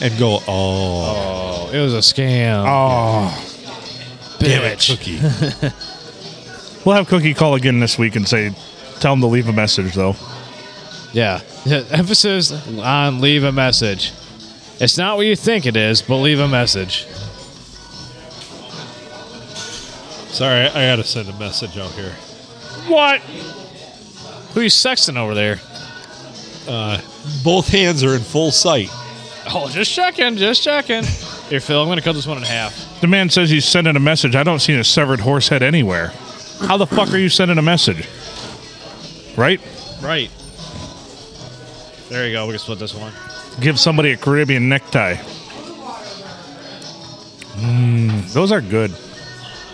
[SPEAKER 1] and go, oh,
[SPEAKER 2] oh, it was a scam.
[SPEAKER 3] Oh,
[SPEAKER 1] damn it,
[SPEAKER 2] bitch.
[SPEAKER 1] Cookie.
[SPEAKER 3] we'll have Cookie call again this week and say, tell him to leave a message though.
[SPEAKER 2] Yeah. Yeah, Emphasis on leave a message. It's not what you think it is, but leave a message.
[SPEAKER 1] Sorry, I gotta send a message out here.
[SPEAKER 2] What? Who you sexting over there?
[SPEAKER 1] Uh, both hands are in full sight.
[SPEAKER 2] Oh, just checking, just checking. Here, Phil, I'm gonna cut this one in half.
[SPEAKER 3] The man says he's sending a message. I don't see a severed horse head anywhere. How the fuck are you sending a message? Right?
[SPEAKER 2] Right. There you go. We can split this one.
[SPEAKER 3] Give somebody a Caribbean necktie. Mm, those are good.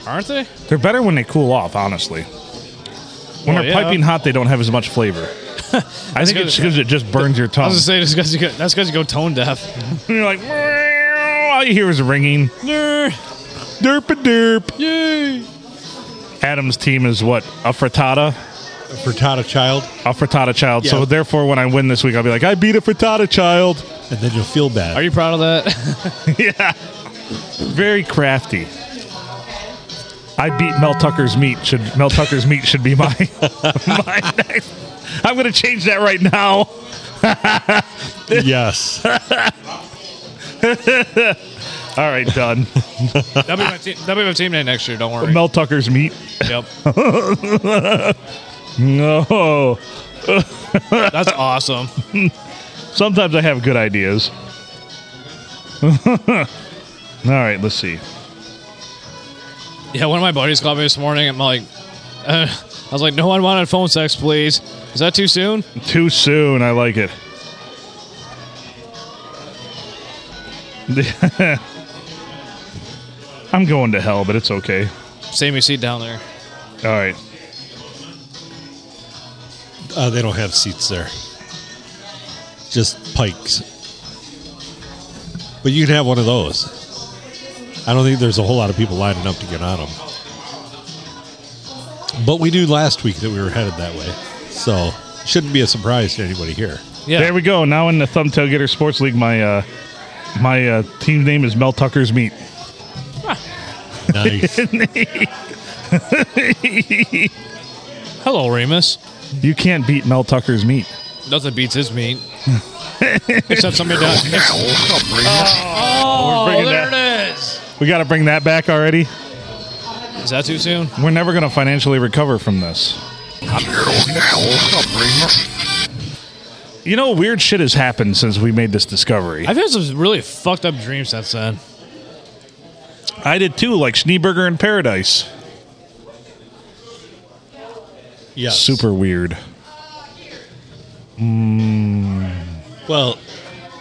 [SPEAKER 2] Aren't they?
[SPEAKER 3] They're better when they cool off, honestly. When
[SPEAKER 2] Well,
[SPEAKER 3] they're
[SPEAKER 2] yeah.
[SPEAKER 3] piping hot, they don't have as much flavor. I think it's
[SPEAKER 2] good.
[SPEAKER 3] because it just burns your
[SPEAKER 2] I
[SPEAKER 3] tongue.
[SPEAKER 2] was gonna say that's because you go, that's because you go tone deaf.
[SPEAKER 3] You're like, "Meow." all you hear is ringing.
[SPEAKER 2] Nerd.
[SPEAKER 3] Derp a derp.
[SPEAKER 2] Yay.
[SPEAKER 3] Adam's team is what? A frittata?
[SPEAKER 1] Frittata child,
[SPEAKER 3] A frittata child. So
[SPEAKER 1] Yeah.
[SPEAKER 3] therefore, when I win this week, I'll be like, I beat a frittata child.
[SPEAKER 1] and then you'll feel bad.
[SPEAKER 2] Are you proud of that?
[SPEAKER 3] yeah. Very crafty. I beat Mel Tucker's meat. Should Mel Tucker's meat should be my my next. I'm gonna change that right now.
[SPEAKER 1] yes.
[SPEAKER 3] All right, done.
[SPEAKER 2] that'll be my team. That'll be my team name next year. Don't worry.
[SPEAKER 3] Mel Tucker's meat.
[SPEAKER 2] Yep.
[SPEAKER 3] No.
[SPEAKER 2] That's awesome.
[SPEAKER 3] Sometimes I have good ideas. All right, let's see.
[SPEAKER 2] Yeah, one of my buddies called me this morning. I'm like, uh, I was like, no unwanted phone sex, please. Is that too soon?
[SPEAKER 3] Too soon. I like it. I'm going to hell, but it's okay.
[SPEAKER 2] Save me a seat down there.
[SPEAKER 3] All right.
[SPEAKER 1] Uh, they don't have seats there. Just pikes. But you can have one of those. I don't think there's a whole lot of people lining up to get on them. But we knew last week that we were headed that way. So shouldn't be a surprise to anybody here.
[SPEAKER 2] Yeah.
[SPEAKER 3] There we go. Now in the Thumbtail Gator Sports League, my uh, my uh, team name is Mel Tucker's Meat.
[SPEAKER 1] Nice.
[SPEAKER 2] Hello, Remus.
[SPEAKER 3] You can't beat Mel Tucker's Meat.
[SPEAKER 2] Nothing beats his meat. Except somebody does. Oh,
[SPEAKER 3] bringing
[SPEAKER 2] there it is.
[SPEAKER 3] We got to bring that back already.
[SPEAKER 2] Is that too soon?
[SPEAKER 3] We're never going to financially recover from this. You know, weird shit has happened since we made this discovery.
[SPEAKER 2] I've had some really fucked up dreams since then.
[SPEAKER 3] I did too, like Schneeberger in Paradise.
[SPEAKER 1] yes.
[SPEAKER 3] Super weird.
[SPEAKER 1] Well,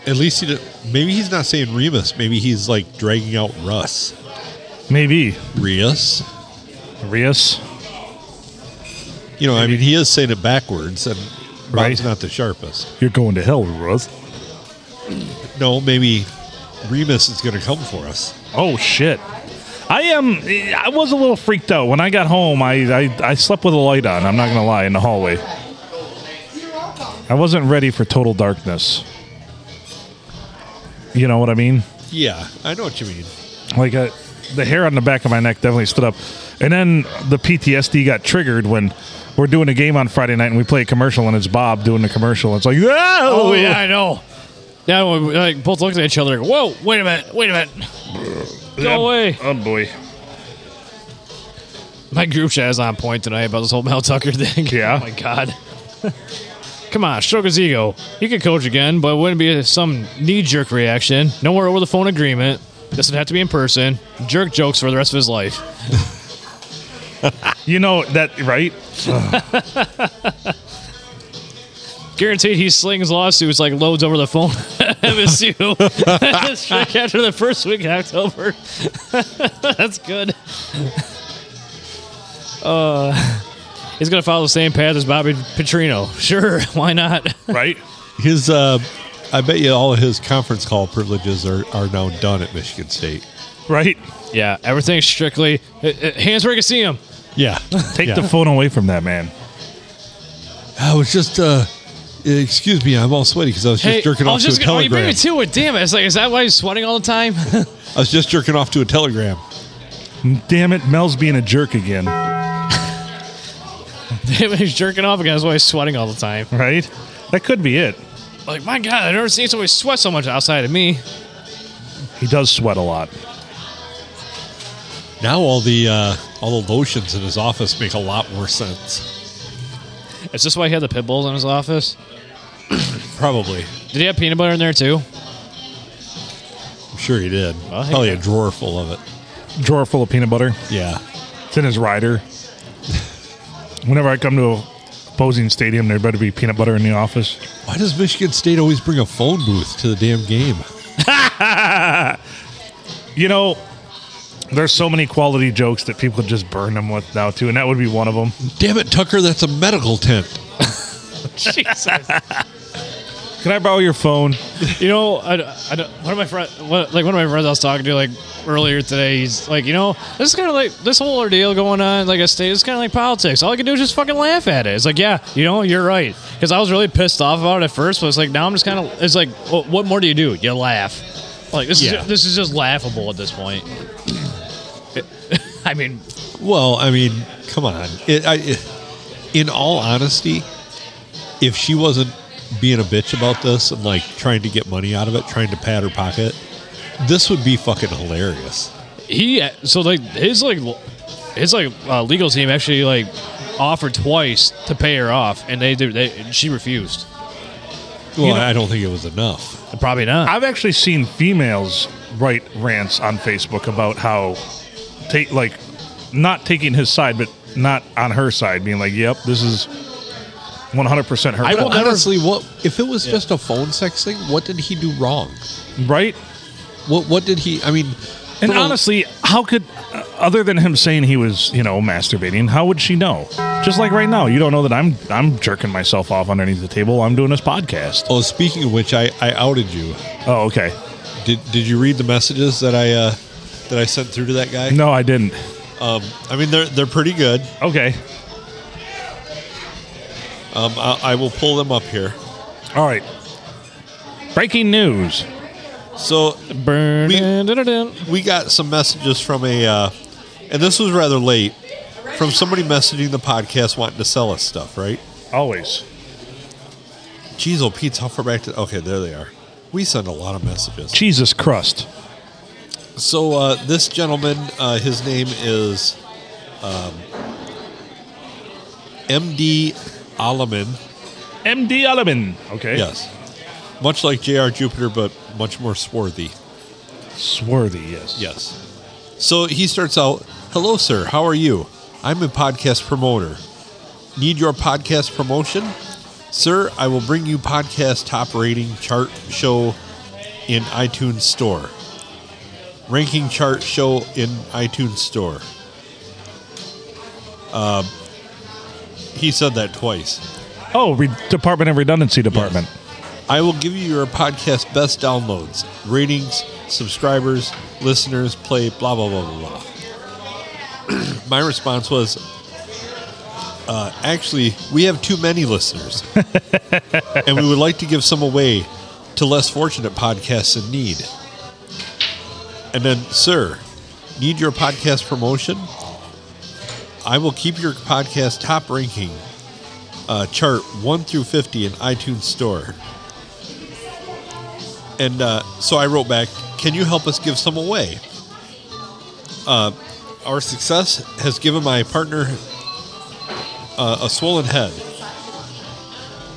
[SPEAKER 1] at least he did, maybe he's not saying Remus. Maybe he's like dragging out Russ.
[SPEAKER 3] Maybe.
[SPEAKER 1] Rius.
[SPEAKER 3] Rios?
[SPEAKER 1] You know, I mean, he is saying it backwards, and
[SPEAKER 3] Right.
[SPEAKER 1] Bob's not the sharpest.
[SPEAKER 3] You're going to hell, Russ.
[SPEAKER 1] No, maybe Remus is going to come for us.
[SPEAKER 3] Oh shit. I am. I was a little freaked out when I got home. I, I I slept with a light on. I'm not gonna lie in the hallway. I wasn't ready for total darkness. You know what I mean?
[SPEAKER 1] Yeah, I know what you mean.
[SPEAKER 3] Like uh the hair on the back of my neck definitely stood up. And then the PTSD got triggered when we're doing a game on Friday night and we play a commercial and it's Bob doing the commercial. It's like, oh,
[SPEAKER 2] Oh yeah, I know. Yeah, we we, like both looked at each other. like, Whoa! Wait a minute! Wait a minute! Go away!
[SPEAKER 3] Oh boy.
[SPEAKER 2] My group chat is on point tonight about this whole Mel Tucker thing.
[SPEAKER 3] Yeah.
[SPEAKER 2] oh my god. Come on, stroke his ego. He could coach again, but it wouldn't be some knee-jerk reaction. No more over the phone agreement. This would have to be in person. Jerk jokes for the rest of his life.
[SPEAKER 3] You know that right?
[SPEAKER 2] Guaranteed he slings lawsuits like loads over the phone at MSU. That's like after the first week in October. That's good. Uh, he's going to follow the same path as Bobby Petrino. Sure, why not?
[SPEAKER 3] Right?
[SPEAKER 1] His, uh, I bet you all of his conference call privileges are, are now done at Michigan State.
[SPEAKER 3] Right?
[SPEAKER 2] yeah, everything's strictly uh, uh, hands where you can see him.
[SPEAKER 1] Yeah,
[SPEAKER 3] Take
[SPEAKER 1] Yeah.
[SPEAKER 3] the phone away from that man.
[SPEAKER 1] I was just, uh, excuse me, I'm all sweaty because I was just
[SPEAKER 2] Hey,
[SPEAKER 1] jerking
[SPEAKER 2] I
[SPEAKER 1] off
[SPEAKER 2] was
[SPEAKER 1] to a
[SPEAKER 2] just gonna- oh, you
[SPEAKER 1] telegram.
[SPEAKER 2] beat me to it. Damn it. It's like, is that why he's sweating all the time?
[SPEAKER 1] I was just jerking off to a telegram.
[SPEAKER 3] Damn it, Mel's being a jerk again.
[SPEAKER 2] Damn it, he's jerking off again. That's why he's sweating all the time.
[SPEAKER 3] Right? That could be it.
[SPEAKER 2] Like, my God, I've never seen somebody sweat so much outside of me.
[SPEAKER 3] He does sweat a lot.
[SPEAKER 1] Now all the uh, all the lotions in his office make a lot more sense.
[SPEAKER 2] Is this why he had the pit bulls in his office?
[SPEAKER 1] Probably.
[SPEAKER 2] Did he have peanut butter in there too?
[SPEAKER 1] I'm sure he did.
[SPEAKER 2] Well, hey,
[SPEAKER 1] Probably a
[SPEAKER 2] man.
[SPEAKER 1] drawer full of it.
[SPEAKER 3] Drawer full of peanut butter.
[SPEAKER 1] Yeah.
[SPEAKER 3] It's in his rider. Whenever I come to a opposing stadium, there better be peanut butter in the office.
[SPEAKER 1] Why does Michigan State always bring a phone booth to the damn game?
[SPEAKER 3] You know, there's so many quality jokes that people just burn them with now too, and that would be one of them.
[SPEAKER 1] Damn it, Tucker, that's a medical tent.
[SPEAKER 2] Jesus.
[SPEAKER 3] Can I borrow your phone?
[SPEAKER 2] You know, I, I, don't- one of my friend, what, like one of my friends I was talking to like earlier today, he's like, you know, this is kind of like this whole ordeal going on, like I state, it's kind of like politics. All I can do is just fucking laugh at it. It's like, yeah, you know, you're right, because I was really pissed off about it at first, but it's like now I'm just kind of, it's like, wh- what more do you do? You laugh. Like this
[SPEAKER 1] Yeah.
[SPEAKER 2] is this is just laughable at this point. I mean,
[SPEAKER 1] Well, I mean, come on. It, I, it, in all honesty, if she wasn't being a bitch about this and like trying to get money out of it, trying to pad her pocket, this would be fucking hilarious.
[SPEAKER 2] he so like his like l- his like uh, legal team actually like offered twice to pay her off, and they did. They, and she refused.
[SPEAKER 1] Well,
[SPEAKER 3] You know-
[SPEAKER 1] I don't think it was enough.
[SPEAKER 2] Probably not.
[SPEAKER 3] I've actually seen females write rants on Facebook about how take like not taking his side, but not on her side, being like, "Yep, this is 100% her."
[SPEAKER 2] I
[SPEAKER 3] fault."
[SPEAKER 2] will never-
[SPEAKER 1] Honestly, what if it was just a phone sex thing? What did he do wrong?
[SPEAKER 3] right?
[SPEAKER 1] What what did he? I mean,
[SPEAKER 3] And
[SPEAKER 1] for a-
[SPEAKER 3] honestly, how could uh, other than him saying he was, you know, masturbating, how would she know? Just like right now, you don't know that I'm I'm jerking myself off underneath the table while I'm doing this podcast.
[SPEAKER 1] oh, speaking of which, I I outed you.
[SPEAKER 3] Oh, okay.
[SPEAKER 1] Did did you read the messages that I uh that I sent through to that guy?
[SPEAKER 3] No, I didn't.
[SPEAKER 1] Um, I mean, they're they're pretty good.
[SPEAKER 3] Okay.
[SPEAKER 1] Um, I, I will pull them up here.
[SPEAKER 3] All right. Breaking news.
[SPEAKER 1] So
[SPEAKER 2] Burn.
[SPEAKER 1] We-
[SPEAKER 2] dun-dun-dun.
[SPEAKER 1] we got some messages from a, uh, and this was rather late, from somebody messaging the podcast wanting to sell us stuff, right?
[SPEAKER 3] Always.
[SPEAKER 1] Jeez, oh, Pete's how far back did? Okay, there they are. We send a lot of messages.
[SPEAKER 3] Jesus crust.
[SPEAKER 1] So uh, this gentleman, uh, his name is um, MD Alaman.
[SPEAKER 3] MD Alaman. Okay.
[SPEAKER 1] Yes, much like J.R. Jupiter, but much more swarthy.
[SPEAKER 3] Swarthy. Yes.
[SPEAKER 1] Yes. So he starts out, "Hello, sir. How are you? I'm a podcast promoter. Need your podcast promotion, sir? I will bring you podcast top rating chart show in iTunes Store. Ranking chart show in iTunes Store. Um, he said that twice.
[SPEAKER 3] Oh, re- Department of Redundancy Department.
[SPEAKER 1] I will give you your podcast best downloads, ratings, subscribers, listeners, play, blah, blah, blah, blah, blah. My response was uh, actually, we have too many listeners, and we would like to give some away to less fortunate podcasts in need. And then, sir, need your podcast promotion? I will keep your podcast top ranking uh, chart 1 through 50 in iTunes Store. And uh, so I wrote back, Can you help us give some away? Uh, our success has given my partner uh, a swollen head.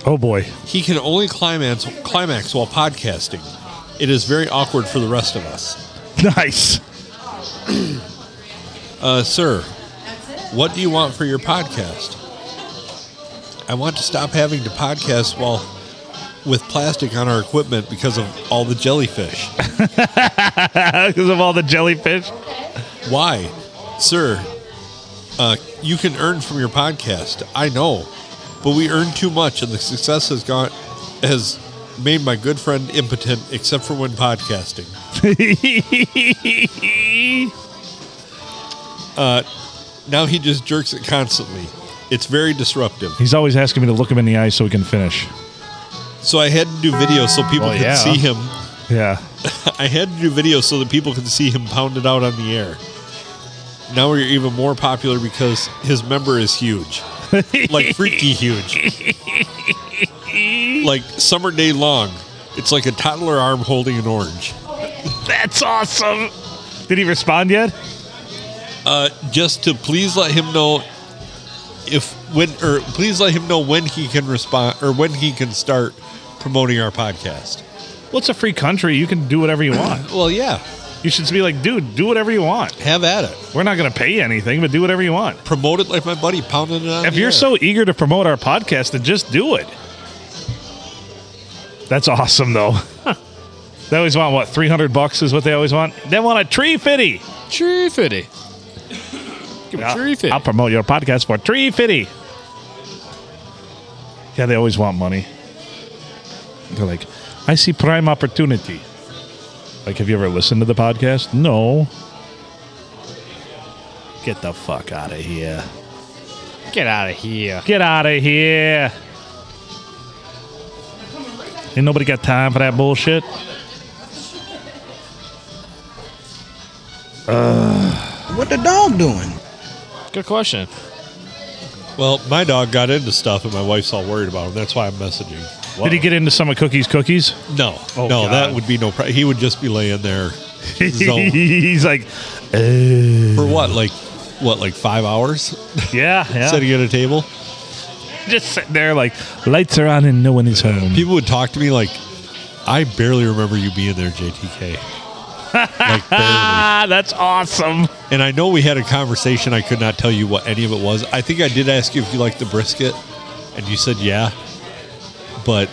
[SPEAKER 3] Oh boy.
[SPEAKER 1] He can only climax, climax while podcasting. It is very awkward for the rest of us.
[SPEAKER 3] Nice.
[SPEAKER 1] Uh, sir, what do you want for your podcast? I want to stop having to podcast while with plastic on our equipment because of all the jellyfish.
[SPEAKER 3] Because of all the jellyfish.
[SPEAKER 1] Why, sir? Uh, you can earn from your podcast. I know, but we earn too much, and the success has gone has made my good friend impotent, except for when podcasting. Now he just jerks it constantly. It's very disruptive.
[SPEAKER 3] He's always asking me to look him in the eye so he can finish.
[SPEAKER 1] So I had to do video so people
[SPEAKER 2] Well,
[SPEAKER 1] could
[SPEAKER 2] yeah.
[SPEAKER 1] see him.
[SPEAKER 3] Yeah.
[SPEAKER 1] I had to do video so that people could see him pounded out on the air. Now we're even more popular because his member is huge. like freaky huge. like summer day long. It's like a toddler arm holding an orange.
[SPEAKER 3] That's awesome. Did he respond yet?
[SPEAKER 1] Uh, just to please let him know if when or please let him know when he can respond or when he can start promoting our podcast.
[SPEAKER 3] Well, it's a free country. You can do whatever you want.
[SPEAKER 1] Well, yeah,
[SPEAKER 3] You should be like, dude, do whatever you want.
[SPEAKER 1] have at it.
[SPEAKER 3] We're not going to pay you anything, but do whatever you want.
[SPEAKER 1] Promote it like my buddy pounding it on.
[SPEAKER 3] If
[SPEAKER 1] the
[SPEAKER 3] you're
[SPEAKER 1] air.
[SPEAKER 3] so eager to promote our podcast, then just do it. That's awesome, though. they always want what three hundred bucks is what they always want. They want a tree fitty.
[SPEAKER 2] Tree fitty. Give me tree fitty.
[SPEAKER 3] I'll promote your podcast for tree fitty. Yeah, they always want money. They're like, I see prime opportunity. Like, have you ever listened to the podcast? No. Get the fuck out of here.
[SPEAKER 2] Get out of here.
[SPEAKER 3] Get out of here. Ain't nobody got time for that bullshit.
[SPEAKER 6] What the dog doing?
[SPEAKER 2] Good question.
[SPEAKER 1] well, my dog got into stuff, and my wife's all worried about him. That's why I'm messaging.
[SPEAKER 3] Did he get into some of Cookie's cookies?
[SPEAKER 1] No,
[SPEAKER 3] Oh,
[SPEAKER 1] no, that
[SPEAKER 3] God.
[SPEAKER 1] would be no. Pro- he would just be laying there. zoned.
[SPEAKER 3] He's like,
[SPEAKER 1] for what? Like what? Like five hours
[SPEAKER 3] yeah, yeah.
[SPEAKER 1] sitting at a table.
[SPEAKER 3] just sitting there like, lights are on and no one is home.
[SPEAKER 1] People would talk to me like, I barely remember you being there, JTK. like barely.
[SPEAKER 3] Ah, that's awesome.
[SPEAKER 1] And I know we had a conversation. I could not tell you what any of it was. I think I did ask you if you liked the brisket, and you said yeah. But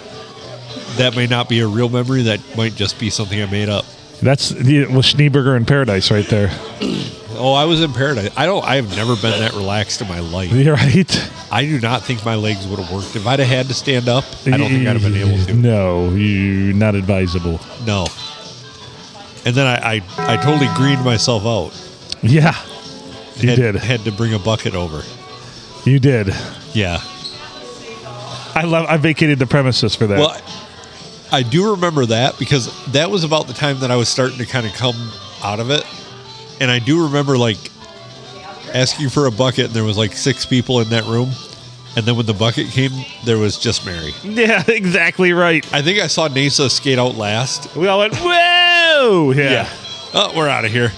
[SPEAKER 1] that may not be a real memory. That might just be something I made up.
[SPEAKER 3] That's the well, Schneeberger in paradise right there.
[SPEAKER 1] Oh, I was in paradise. I don't. I have never been that relaxed in my life.
[SPEAKER 3] You're right.
[SPEAKER 1] I do not think my legs would have worked if I'd have had to stand up. I don't think I'd have been able to.
[SPEAKER 3] No, you not advisable.
[SPEAKER 1] No. And then I, I, I totally greened myself out.
[SPEAKER 3] Yeah, you
[SPEAKER 1] had,
[SPEAKER 3] did.
[SPEAKER 1] Had to bring a bucket over.
[SPEAKER 3] You did.
[SPEAKER 1] Yeah.
[SPEAKER 3] I love. I vacated the premises for that.
[SPEAKER 1] Well, I- I do remember that because that was about the time that I was starting to kind of come out of it. And I do remember like asking for a bucket, and there was like six people in that room. And then when the bucket came, there was just Mary.
[SPEAKER 3] yeah, exactly right.
[SPEAKER 1] I think I saw NASA skate out last.
[SPEAKER 3] We all went, whoa! Yeah.
[SPEAKER 1] Oh, we're out of here.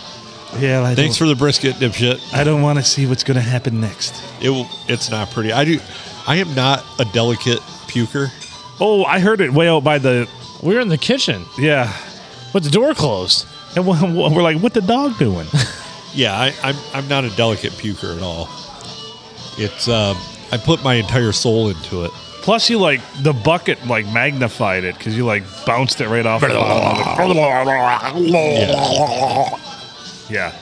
[SPEAKER 3] Yeah. I
[SPEAKER 1] Thanks for
[SPEAKER 3] don't,
[SPEAKER 1] the brisket, dipshit.
[SPEAKER 3] I don't want to see what's going to happen next.
[SPEAKER 1] It will, it's not pretty. I do. I am not a delicate puker.
[SPEAKER 3] Oh, I heard it way out by the.
[SPEAKER 2] We were in the kitchen
[SPEAKER 3] Yeah.
[SPEAKER 2] with the door closed.
[SPEAKER 3] And we- we're like, what the dog doing?
[SPEAKER 1] Yeah, I, I'm. I'm not a delicate puker at all. It's. Um, I put my entire soul into it.
[SPEAKER 3] Plus, you like the bucket like magnified it because you like bounced it right off. the bottom of it. yeah.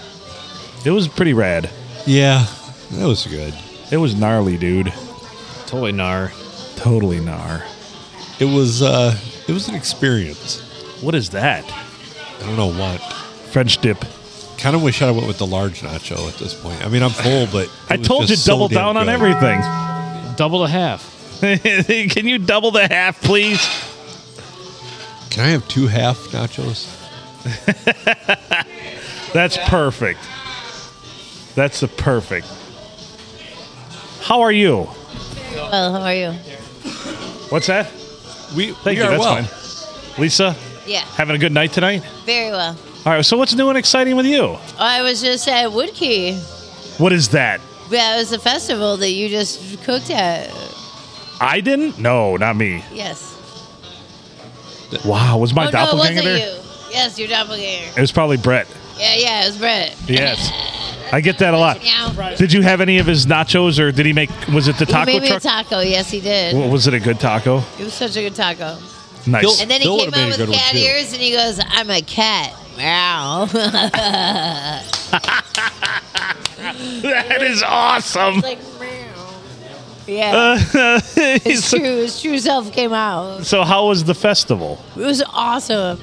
[SPEAKER 3] It was pretty rad.
[SPEAKER 1] Yeah, that was good.
[SPEAKER 3] It was gnarly, dude.
[SPEAKER 2] Totally gnar.
[SPEAKER 3] Totally gnar.
[SPEAKER 1] It was. Uh, it was an experience.
[SPEAKER 3] What is that?
[SPEAKER 1] I don't know what.
[SPEAKER 3] French dip.
[SPEAKER 1] Kind of wish I went with the large nacho at this point. I mean, I'm full, but it
[SPEAKER 3] I
[SPEAKER 1] was
[SPEAKER 3] told you,
[SPEAKER 1] just so
[SPEAKER 3] double
[SPEAKER 1] damn
[SPEAKER 3] down on
[SPEAKER 1] good.
[SPEAKER 3] everything.
[SPEAKER 2] Double the half.
[SPEAKER 3] Can you double the half, please?
[SPEAKER 1] Can I have two half nachos?
[SPEAKER 3] That's perfect. That's the perfect. How are you?
[SPEAKER 7] Well, how are you?
[SPEAKER 3] What's that?
[SPEAKER 1] We.
[SPEAKER 3] Thank
[SPEAKER 1] we
[SPEAKER 3] you.
[SPEAKER 1] Are
[SPEAKER 3] That's
[SPEAKER 1] well.
[SPEAKER 3] fine. Lisa,
[SPEAKER 7] Yeah,
[SPEAKER 3] having a good night tonight?
[SPEAKER 7] very well.
[SPEAKER 3] All right. So, what's new and exciting with you?
[SPEAKER 7] I was just at Woodkey.
[SPEAKER 3] What is that?
[SPEAKER 7] That was the festival that you just cooked at.
[SPEAKER 3] I didn't? No, not me.
[SPEAKER 7] Yes.
[SPEAKER 3] Wow. Was my
[SPEAKER 7] oh no, it
[SPEAKER 3] doppelganger
[SPEAKER 7] wasn't
[SPEAKER 3] there?
[SPEAKER 7] you. Yes, your doppelganger.
[SPEAKER 3] It was probably Brett.
[SPEAKER 7] Yeah, yeah, it was Brett.
[SPEAKER 3] Yes. I get that a lot.
[SPEAKER 7] Yeah.
[SPEAKER 3] Did you have any of his nachos or did he make, was it the
[SPEAKER 7] He
[SPEAKER 3] taco
[SPEAKER 7] made me a
[SPEAKER 3] truck?
[SPEAKER 7] taco. Yes, he did.
[SPEAKER 3] Wa- was it a good taco?
[SPEAKER 7] It was such a good taco.
[SPEAKER 3] Nice.
[SPEAKER 7] And then
[SPEAKER 1] Bill
[SPEAKER 7] he
[SPEAKER 1] would've
[SPEAKER 7] came
[SPEAKER 1] made a
[SPEAKER 7] out
[SPEAKER 1] good
[SPEAKER 7] with
[SPEAKER 1] one,
[SPEAKER 7] cat
[SPEAKER 1] too.
[SPEAKER 7] ears and he goes, "I'm a cat." Wow.
[SPEAKER 3] that is awesome.
[SPEAKER 7] like meow.
[SPEAKER 3] Uh,
[SPEAKER 7] Yeah, it's true. His true self came out.
[SPEAKER 3] so, how was the festival?
[SPEAKER 7] It was awesome.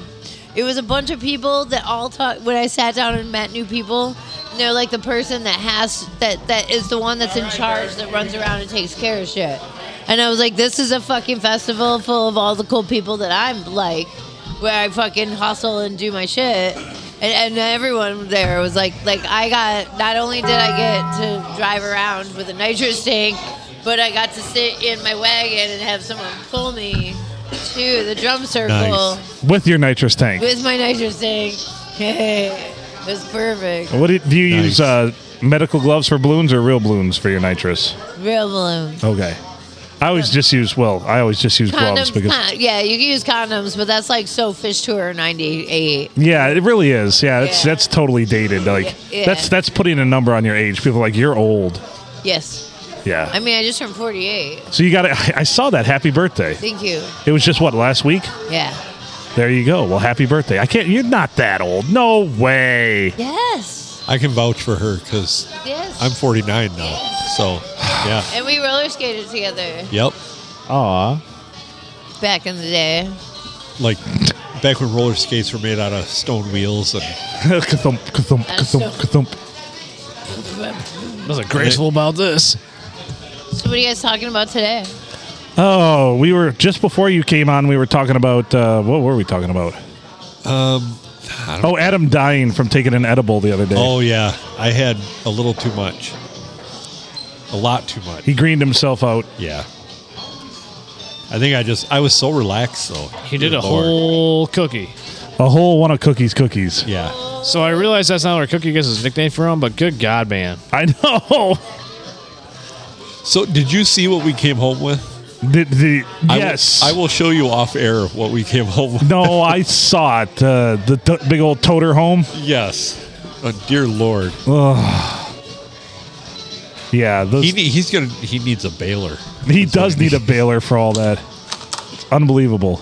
[SPEAKER 7] It was a bunch of people that all talk. When I sat down and met new people, and they're like the person that has that that is the one that's in charge that runs around and takes care of shit. And I was like, this is a fucking festival full of all the cool people that I'm like, where I fucking hustle and do my shit. And, and everyone there was like, like I got. Not only did I get to drive around with a nitrous tank, but I got to sit in my wagon and have someone pull me to the drum circle
[SPEAKER 1] Nice.
[SPEAKER 3] With your nitrous tank.
[SPEAKER 7] with my nitrous tank. it was perfect.
[SPEAKER 1] Oh.
[SPEAKER 3] What do, do you
[SPEAKER 1] Nice.
[SPEAKER 3] use? Uh, medical gloves for balloons or real balloons for your nitrous?
[SPEAKER 7] Real balloon.
[SPEAKER 3] Okay. I always just use well. I always just use gloves
[SPEAKER 7] Condoms,
[SPEAKER 3] because
[SPEAKER 7] con- yeah, you can use condoms, but that's like so fish tour '98.
[SPEAKER 3] yeah, it really is. Yeah, it's
[SPEAKER 7] Yeah.
[SPEAKER 3] that's totally dated. Like
[SPEAKER 7] Yeah.
[SPEAKER 3] that's that's putting a number on your age. People are like you're old.
[SPEAKER 7] Yes,
[SPEAKER 3] Yeah.
[SPEAKER 7] I mean I just turned 48.
[SPEAKER 3] so you got to I, I saw that happy birthday.
[SPEAKER 7] Thank you.
[SPEAKER 3] It was just what last week.
[SPEAKER 7] Yeah.
[SPEAKER 3] There you go. Well, happy birthday. I can't. You're not that old. No way.
[SPEAKER 7] Yes.
[SPEAKER 1] I can vouch for her because
[SPEAKER 7] Yes.
[SPEAKER 1] I'm 49 now. So, yeah.
[SPEAKER 7] and we roller skated together
[SPEAKER 1] Yep.
[SPEAKER 2] Aw.
[SPEAKER 7] back in the day.
[SPEAKER 1] Like back when roller skates were made out of stone wheels and
[SPEAKER 3] Ka-thump, ka-thump,
[SPEAKER 7] That's
[SPEAKER 3] ka-thump,
[SPEAKER 7] so-
[SPEAKER 3] ka-thump.
[SPEAKER 2] Nothing graceful about this.
[SPEAKER 7] So what are you guys talking about today?
[SPEAKER 3] Oh, we were just before you came on. We were talking about uh, what were we talking about? Um, oh, Adam dying from taking an edible the other day.
[SPEAKER 1] oh yeah, I had a little too much, a lot too much.
[SPEAKER 3] He greened himself out.
[SPEAKER 1] Yeah. I think I just I was so relaxed though.
[SPEAKER 2] He did
[SPEAKER 1] Good
[SPEAKER 2] a
[SPEAKER 1] Lord.
[SPEAKER 2] whole cookie.
[SPEAKER 3] A whole one of cookies, cookies.
[SPEAKER 1] yeah.
[SPEAKER 2] So I realize that's not where Cookie gets his nickname from, but good God, man.
[SPEAKER 3] I know.
[SPEAKER 1] So did you see what we came home with?
[SPEAKER 3] The, the,
[SPEAKER 1] I will-
[SPEAKER 3] yes.
[SPEAKER 1] I will show you off air what we came home with.
[SPEAKER 3] No, I saw it. Uh, the t- big old toter home.
[SPEAKER 1] Yes. Oh, dear Lord.
[SPEAKER 3] Yeah, those,
[SPEAKER 1] He
[SPEAKER 3] he,
[SPEAKER 1] ne- he's gonna he needs a baler.
[SPEAKER 3] does need a baler for all that. It's unbelievable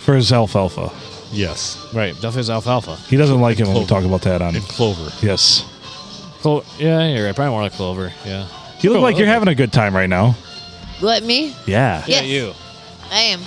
[SPEAKER 3] for his alfalfa.
[SPEAKER 1] Yes.
[SPEAKER 2] Right, Duff is alfalfa.
[SPEAKER 3] He doesn't like it when we
[SPEAKER 1] Clover.
[SPEAKER 3] talk about that on.
[SPEAKER 1] And clover.
[SPEAKER 3] Yes.
[SPEAKER 2] Clo- yeah, you're right. Probably more like clover. Yeah.
[SPEAKER 3] You look
[SPEAKER 2] Cool.
[SPEAKER 3] like you're having a good time right now.
[SPEAKER 7] What me?
[SPEAKER 3] Yeah.
[SPEAKER 2] Yeah,
[SPEAKER 7] Yes.
[SPEAKER 2] you.
[SPEAKER 7] I am.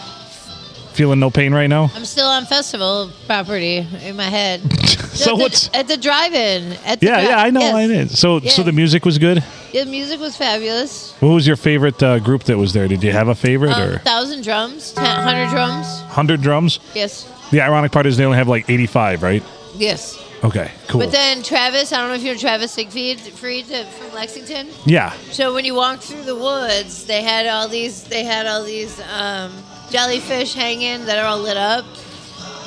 [SPEAKER 3] Feeling no pain right now?
[SPEAKER 7] I'm still on festival property in my head.
[SPEAKER 3] so
[SPEAKER 7] at the,
[SPEAKER 3] what's
[SPEAKER 7] at the drive-in? At the
[SPEAKER 3] Yeah,
[SPEAKER 7] dri-
[SPEAKER 3] yeah, I know,
[SPEAKER 7] Yes.
[SPEAKER 3] I did. So so
[SPEAKER 7] Yeah.
[SPEAKER 3] the music was good?
[SPEAKER 7] The music was fabulous.
[SPEAKER 3] What was your favorite uh, group that was there? Did you have a favorite
[SPEAKER 7] Um,
[SPEAKER 3] or
[SPEAKER 7] thousand drums, ten, hundred drums.
[SPEAKER 3] 100 drums?
[SPEAKER 7] Yes,
[SPEAKER 3] The ironic part is they only have like 85, right?
[SPEAKER 7] yes.
[SPEAKER 3] Okay, cool.
[SPEAKER 7] But then Travis, I don't know if you know Travis Siegfried Fried, uh, from Lexington.
[SPEAKER 3] yeah.
[SPEAKER 7] So when you walked through the woods, they had all these they had all these um, jellyfish hanging that are all lit up.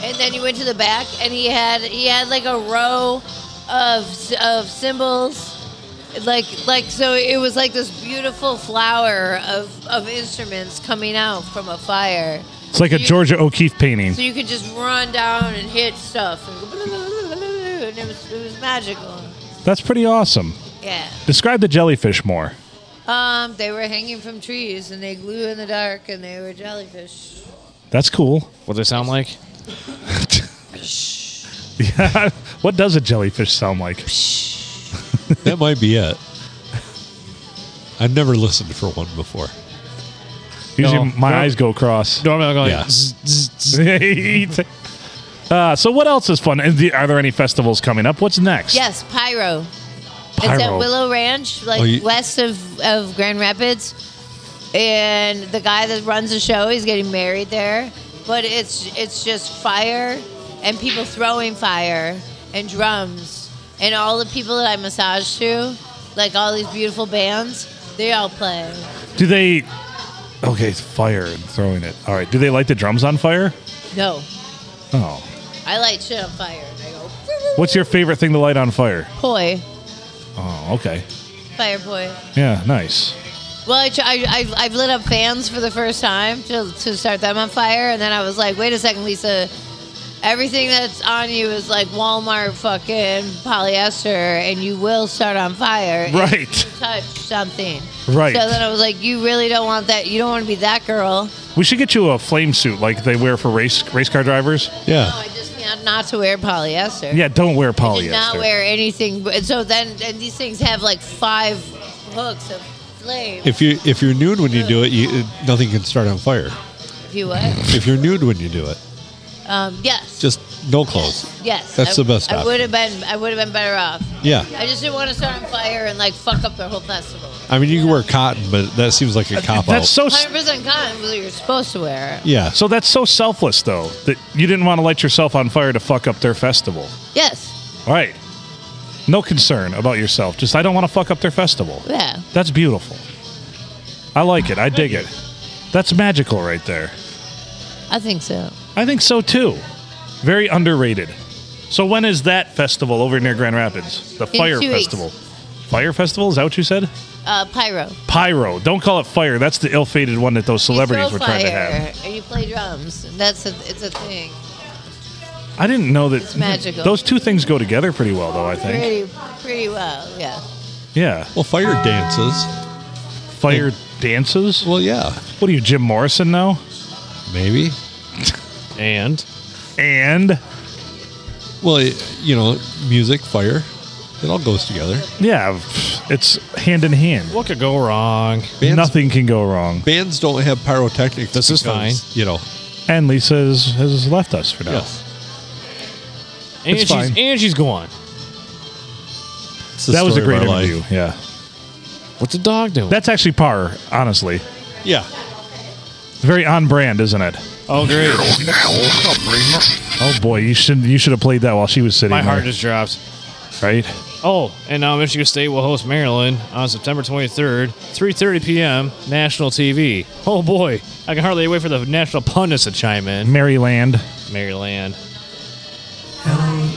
[SPEAKER 7] And then you went to the back, and he had he had like a row of of symbols, like like so it was like this beautiful flower of of instruments coming out from a fire.
[SPEAKER 3] It's like a
[SPEAKER 7] You-
[SPEAKER 3] Georgia O'Keeffe painting.
[SPEAKER 7] So you could just run down and hit stuff, and, go, and it was it was magical.
[SPEAKER 3] That's pretty awesome.
[SPEAKER 7] Yeah.
[SPEAKER 3] Describe the jellyfish more.
[SPEAKER 7] Um, they were hanging from trees and they glue in the dark and they were jellyfish.
[SPEAKER 3] That's cool.
[SPEAKER 2] What they sound like?
[SPEAKER 3] Yeah. what does a jellyfish sound like?
[SPEAKER 1] That might be it. I've never listened for one before.
[SPEAKER 3] Usually
[SPEAKER 2] No.
[SPEAKER 3] my
[SPEAKER 2] No.
[SPEAKER 3] eyes go cross.
[SPEAKER 2] Normally I'll go like,
[SPEAKER 1] Yeah.
[SPEAKER 2] zzz, zzz, zzz.
[SPEAKER 3] uh, so what else is fun? Is the- Are there any festivals coming up? What's next?
[SPEAKER 7] Yes, pyro. It's at
[SPEAKER 3] Pyro.
[SPEAKER 7] Willow Ranch, like
[SPEAKER 1] Oh, you-
[SPEAKER 7] west of, of Grand Rapids. And the guy that runs the show, he's getting married there. But it's it's just fire and people throwing fire and drums and all the people that I massage to, like all these beautiful bands, they all play.
[SPEAKER 3] Do they? Okay, it's fire and throwing it. All right. Do they light the drums on fire?
[SPEAKER 7] No.
[SPEAKER 3] Oh.
[SPEAKER 7] I light shit on fire. And I go
[SPEAKER 3] What's your favorite thing to light on fire?
[SPEAKER 7] poi.
[SPEAKER 3] Oh, okay.
[SPEAKER 7] Fire poi.
[SPEAKER 3] Yeah, nice.
[SPEAKER 7] Well, I, tr- I, I've, I've lit up fans for the first time to, to start them on fire, and then I was like, wait a second, Lisa. Everything that's on you is like Walmart fucking polyester, and you will start on fire. if
[SPEAKER 3] Right.
[SPEAKER 7] you Touch something.
[SPEAKER 3] Right.
[SPEAKER 7] So then I was like, you really don't want that. You don't want to be that girl.
[SPEAKER 3] We should get you a flame suit like they wear for race race car drivers.
[SPEAKER 1] Yeah.
[SPEAKER 7] No, I just mean not to wear polyester.
[SPEAKER 3] Yeah, don't wear
[SPEAKER 7] I
[SPEAKER 3] polyester.
[SPEAKER 7] Did not wear anything. but- And so then and these things have like five hooks of flame. If,
[SPEAKER 1] If you if you're nude when you do it, you, it- nothing can start on fire.
[SPEAKER 7] you what?
[SPEAKER 1] If you're nude when you do it,
[SPEAKER 7] Um, yes.
[SPEAKER 1] just no clothes.
[SPEAKER 7] Yes,
[SPEAKER 1] That's
[SPEAKER 7] I-
[SPEAKER 1] the best
[SPEAKER 7] I
[SPEAKER 1] option.
[SPEAKER 7] would have been. I would have been better off.
[SPEAKER 1] Yeah.
[SPEAKER 7] I just didn't want to start on fire and like fuck up the whole festival.
[SPEAKER 1] I mean, you can wear cotton, but that seems like a cop out.
[SPEAKER 3] That's so s-
[SPEAKER 7] 100% cotton was what you're supposed to wear.
[SPEAKER 1] yeah.
[SPEAKER 3] so that's so selfless though that you didn't want to light yourself on fire to fuck up their festival.
[SPEAKER 7] Yes.
[SPEAKER 3] All right. No concern about yourself. Just I don't want to fuck up their festival.
[SPEAKER 7] Yeah.
[SPEAKER 3] That's beautiful. I like it. I dig it. That's magical right there.
[SPEAKER 7] I think so.
[SPEAKER 3] I think so too. Very underrated. So when is that festival over near Grand Rapids? The
[SPEAKER 7] In
[SPEAKER 3] Fire
[SPEAKER 7] two weeks.
[SPEAKER 3] Festival. Fire Festival? Is that what you said?
[SPEAKER 7] Uh, pyro.
[SPEAKER 3] Pyro. Don't call it fire. That's the ill-fated one that those celebrities
[SPEAKER 7] you
[SPEAKER 3] were
[SPEAKER 7] throw
[SPEAKER 3] trying to
[SPEAKER 7] fire,
[SPEAKER 3] have.
[SPEAKER 7] And you play drums. And that's a, it's a thing.
[SPEAKER 3] I didn't know that.
[SPEAKER 7] It's magical.
[SPEAKER 3] Those two things go together pretty well, though. I think.
[SPEAKER 7] Pretty, pretty well, yeah.
[SPEAKER 3] Yeah.
[SPEAKER 1] Well, fire dances.
[SPEAKER 3] Fire dances.
[SPEAKER 1] Well, yeah,
[SPEAKER 3] What are you, Jim Morrison now?
[SPEAKER 1] maybe.
[SPEAKER 2] And
[SPEAKER 3] And
[SPEAKER 1] Well, it, you know, music, fire, it all goes together.
[SPEAKER 3] yeah, it's hand in hand.
[SPEAKER 2] what could go wrong?
[SPEAKER 1] Bands,
[SPEAKER 3] Nothing can go wrong.
[SPEAKER 1] Bands don't have pyrotechnics.
[SPEAKER 2] This is
[SPEAKER 1] because, You know,
[SPEAKER 3] And Lisa has, has left us for now.
[SPEAKER 1] yes.
[SPEAKER 2] And
[SPEAKER 3] It's
[SPEAKER 2] she's
[SPEAKER 3] fine.
[SPEAKER 2] and she's gone.
[SPEAKER 1] It's the
[SPEAKER 3] That was a
[SPEAKER 1] story
[SPEAKER 3] great
[SPEAKER 1] of our
[SPEAKER 3] interview.
[SPEAKER 1] life.
[SPEAKER 3] Yeah.
[SPEAKER 2] What's the dog doing?
[SPEAKER 3] That's actually par, honestly.
[SPEAKER 1] Yeah.
[SPEAKER 3] Very on brand, isn't it?
[SPEAKER 2] oh great!
[SPEAKER 3] Oh boy, you should you should have played that while she was sitting
[SPEAKER 2] My
[SPEAKER 3] there,
[SPEAKER 2] heart just dropped.
[SPEAKER 3] right?
[SPEAKER 2] Oh, and now Michigan State will host Maryland on September 23rd, 3:30 p.m. National TV. Oh boy, I can hardly wait for the national pundits to chime in.
[SPEAKER 3] Maryland.
[SPEAKER 2] Maryland.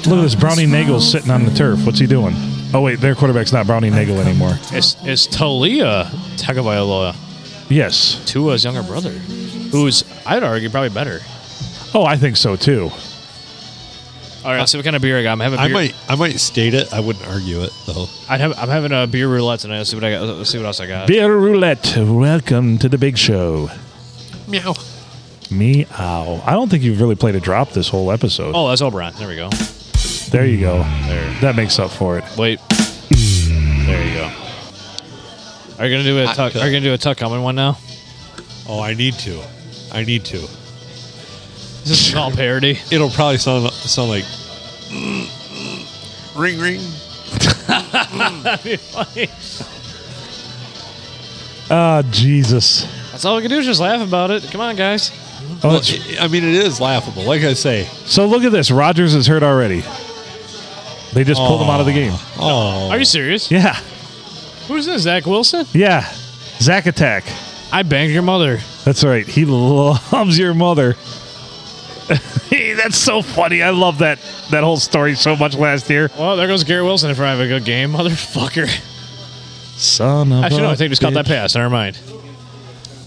[SPEAKER 3] Look at this Brownie Nagel sitting on the turf. What's he doing? Oh wait, their quarterback's not Brownie Nagel anymore.
[SPEAKER 2] It's it's Talia Tagovailoa,
[SPEAKER 3] Yes.
[SPEAKER 2] Tua's younger brother, who's I'd argue probably better.
[SPEAKER 3] Oh, I think so too.
[SPEAKER 2] All right, let's see what kind of beer I got. I'm having.
[SPEAKER 1] I
[SPEAKER 2] beer-
[SPEAKER 1] might I might state it. I wouldn't argue it though.
[SPEAKER 2] I'd have, I'm having a beer roulette tonight. Let's see what I got. Let's see what else I got.
[SPEAKER 3] Beer roulette. Welcome to the big show.
[SPEAKER 1] Meow.
[SPEAKER 3] Meow. I don't think you've really played a drop this whole episode.
[SPEAKER 2] Oh, that's Oberon. There we go.
[SPEAKER 3] There you go.
[SPEAKER 2] There.
[SPEAKER 3] That makes up for it.
[SPEAKER 2] Wait. There you go. Are you gonna do a
[SPEAKER 1] Hot
[SPEAKER 2] tuck?
[SPEAKER 1] cut.
[SPEAKER 2] Are you gonna do a tuck coming one now?
[SPEAKER 1] Oh, I need to. I need to.
[SPEAKER 2] This is all parody.
[SPEAKER 1] It'll probably sound sound like ring ring.
[SPEAKER 3] Ah, Jesus.
[SPEAKER 2] That's all we can do is just laugh about it. Come on, guys.
[SPEAKER 3] Oh,
[SPEAKER 1] Well,
[SPEAKER 3] that's-
[SPEAKER 1] it- I mean, it is laughable. Like I say.
[SPEAKER 3] so look at this. Rogers is hurt already. They just pulled him out of the game.
[SPEAKER 1] Oh,
[SPEAKER 2] Are you serious?
[SPEAKER 3] Yeah.
[SPEAKER 2] Who's this? Zach Wilson?
[SPEAKER 3] Yeah. Zack attack.
[SPEAKER 2] I banged your mother.
[SPEAKER 3] That's right. He loves your mother. Hey, that's so funny. I love that that whole story so much last year.
[SPEAKER 2] Well, there goes Garrett Wilson if I have a good game, motherfucker.
[SPEAKER 3] Son of
[SPEAKER 2] Actually,
[SPEAKER 3] a
[SPEAKER 2] no, I think I just caught that
[SPEAKER 3] bitch.
[SPEAKER 2] pass. Never mind.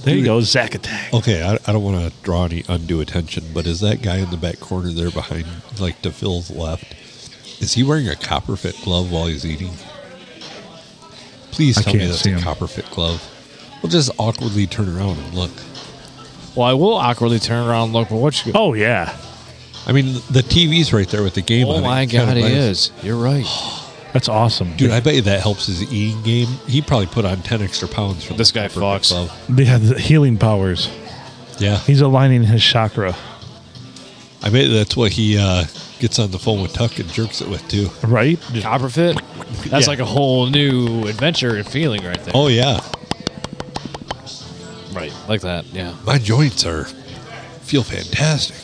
[SPEAKER 3] There you go, Zack attack.
[SPEAKER 1] okay. I, I don't want to draw any undue attention, but is that guy in the back corner there behind, like to Phil's left, is he wearing a copper fit glove while he's eating? Please
[SPEAKER 3] I
[SPEAKER 1] tell me
[SPEAKER 3] can't
[SPEAKER 1] that's
[SPEAKER 3] see
[SPEAKER 1] a
[SPEAKER 3] him.
[SPEAKER 1] copper fit glove. We'll just awkwardly turn around and look.
[SPEAKER 2] Well, I will awkwardly turn around and look, but what you
[SPEAKER 3] Oh yeah.
[SPEAKER 1] I mean, the TV's right there with the game.
[SPEAKER 2] Oh
[SPEAKER 1] on
[SPEAKER 2] my
[SPEAKER 1] it. Kinda
[SPEAKER 2] god, Oh, he
[SPEAKER 1] nice.
[SPEAKER 2] is. You're right.
[SPEAKER 3] That's awesome.
[SPEAKER 1] Dude, I bet you that helps his eating game. He probably put on 10 extra pounds from
[SPEAKER 2] This guy fucks.
[SPEAKER 3] They have the healing powers.
[SPEAKER 1] Yeah.
[SPEAKER 3] He's aligning his chakra.
[SPEAKER 1] I bet that's what he uh, gets on the phone with Tuck and jerks it with, too.
[SPEAKER 3] Right?
[SPEAKER 2] Copperfit? That's
[SPEAKER 1] Yeah.
[SPEAKER 2] like a whole new adventure and feeling right there.
[SPEAKER 1] Oh, yeah.
[SPEAKER 2] right. Like that, yeah.
[SPEAKER 1] My joints are feel fantastic.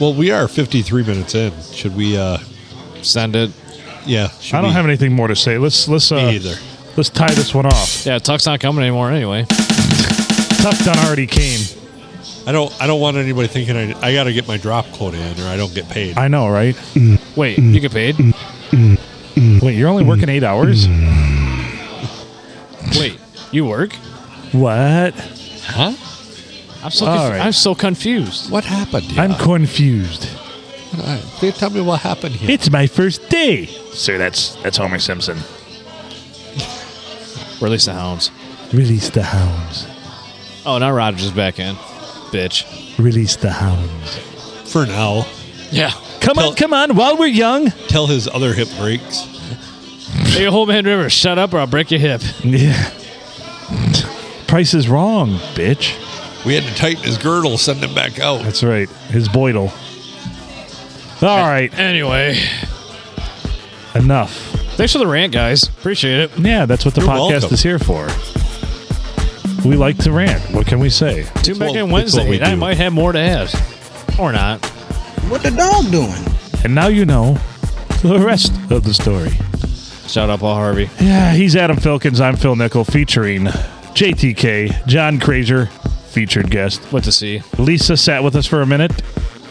[SPEAKER 1] Well, we are 53 minutes in. Should we, uh,
[SPEAKER 2] Send it.
[SPEAKER 1] yeah. Should
[SPEAKER 3] I don't
[SPEAKER 1] we-
[SPEAKER 3] have anything more to say. Let's let's uh,
[SPEAKER 1] Me either.
[SPEAKER 3] let's tie this one off.
[SPEAKER 2] Yeah, Tuck's not coming anymore anyway.
[SPEAKER 3] Tucked on already came.
[SPEAKER 1] I don't, I don't want anybody thinking I, I got to get my drop quota in or I don't get paid.
[SPEAKER 3] I know, right?
[SPEAKER 2] Wait, you get paid?
[SPEAKER 3] Wait, you're only working eight hours?
[SPEAKER 2] Wait, you work?
[SPEAKER 3] What?
[SPEAKER 1] huh?
[SPEAKER 2] I'm so
[SPEAKER 3] All
[SPEAKER 2] confu-
[SPEAKER 3] right.
[SPEAKER 2] I'm so confused.
[SPEAKER 1] What happened? Here?
[SPEAKER 3] I'm confused.
[SPEAKER 1] They tell me what happened here.
[SPEAKER 3] It's my first day. Sir, that's that's Homer Simpson.
[SPEAKER 2] Release the hounds.
[SPEAKER 3] Release the hounds.
[SPEAKER 2] Oh, now Rogers is back in. Bitch.
[SPEAKER 3] Release the hounds.
[SPEAKER 1] For now.
[SPEAKER 2] Yeah.
[SPEAKER 3] Come
[SPEAKER 1] Tell-
[SPEAKER 3] on, come on, while we're young.
[SPEAKER 1] Tell his other hip breaks.
[SPEAKER 2] Hey, old man River, shut up or I'll break your hip.
[SPEAKER 3] Yeah. Price is wrong, bitch.
[SPEAKER 1] We had to tighten his girdle, send him back out.
[SPEAKER 3] That's right. His boidle. All right,
[SPEAKER 2] Anyway,
[SPEAKER 3] enough.
[SPEAKER 2] thanks for the rant, guys. Appreciate it.
[SPEAKER 3] Yeah, that's what the
[SPEAKER 1] You're
[SPEAKER 3] podcast
[SPEAKER 1] welcome.
[SPEAKER 3] is here for. We like to rant. What can we say?
[SPEAKER 2] Tune back
[SPEAKER 1] what-
[SPEAKER 2] in
[SPEAKER 1] it's what
[SPEAKER 2] Wednesday.
[SPEAKER 1] we
[SPEAKER 2] and I
[SPEAKER 1] do.
[SPEAKER 2] might have more to add. Or not.
[SPEAKER 6] What the dog doing?
[SPEAKER 3] And now you know the rest of the story.
[SPEAKER 2] Shout out Paul Harvey.
[SPEAKER 3] Yeah, he's Adam Filkins. I'm Phil Nickel, featuring JTK, John Crazier, featured guest.
[SPEAKER 2] What to see.
[SPEAKER 3] Lisa sat with us for a minute.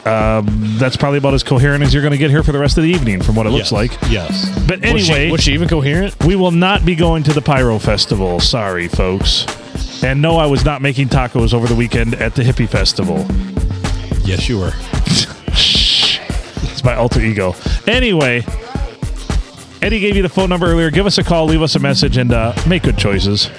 [SPEAKER 3] Um, that's probably about as coherent as you're going to get here for the rest of the evening, from what it
[SPEAKER 1] Yes.
[SPEAKER 3] looks like.
[SPEAKER 1] Yes.
[SPEAKER 3] But
[SPEAKER 2] Was she-
[SPEAKER 3] anyway,
[SPEAKER 2] was she even coherent?
[SPEAKER 3] we will not be going to the Pyro Festival. Sorry, folks. And no, I was not making tacos over the weekend at the Hippie Festival.
[SPEAKER 1] Yes, you were.
[SPEAKER 3] It's my alter ego. Anyway, Eddie gave you the phone number earlier. Give us a call, leave us a message, and uh, make good choices.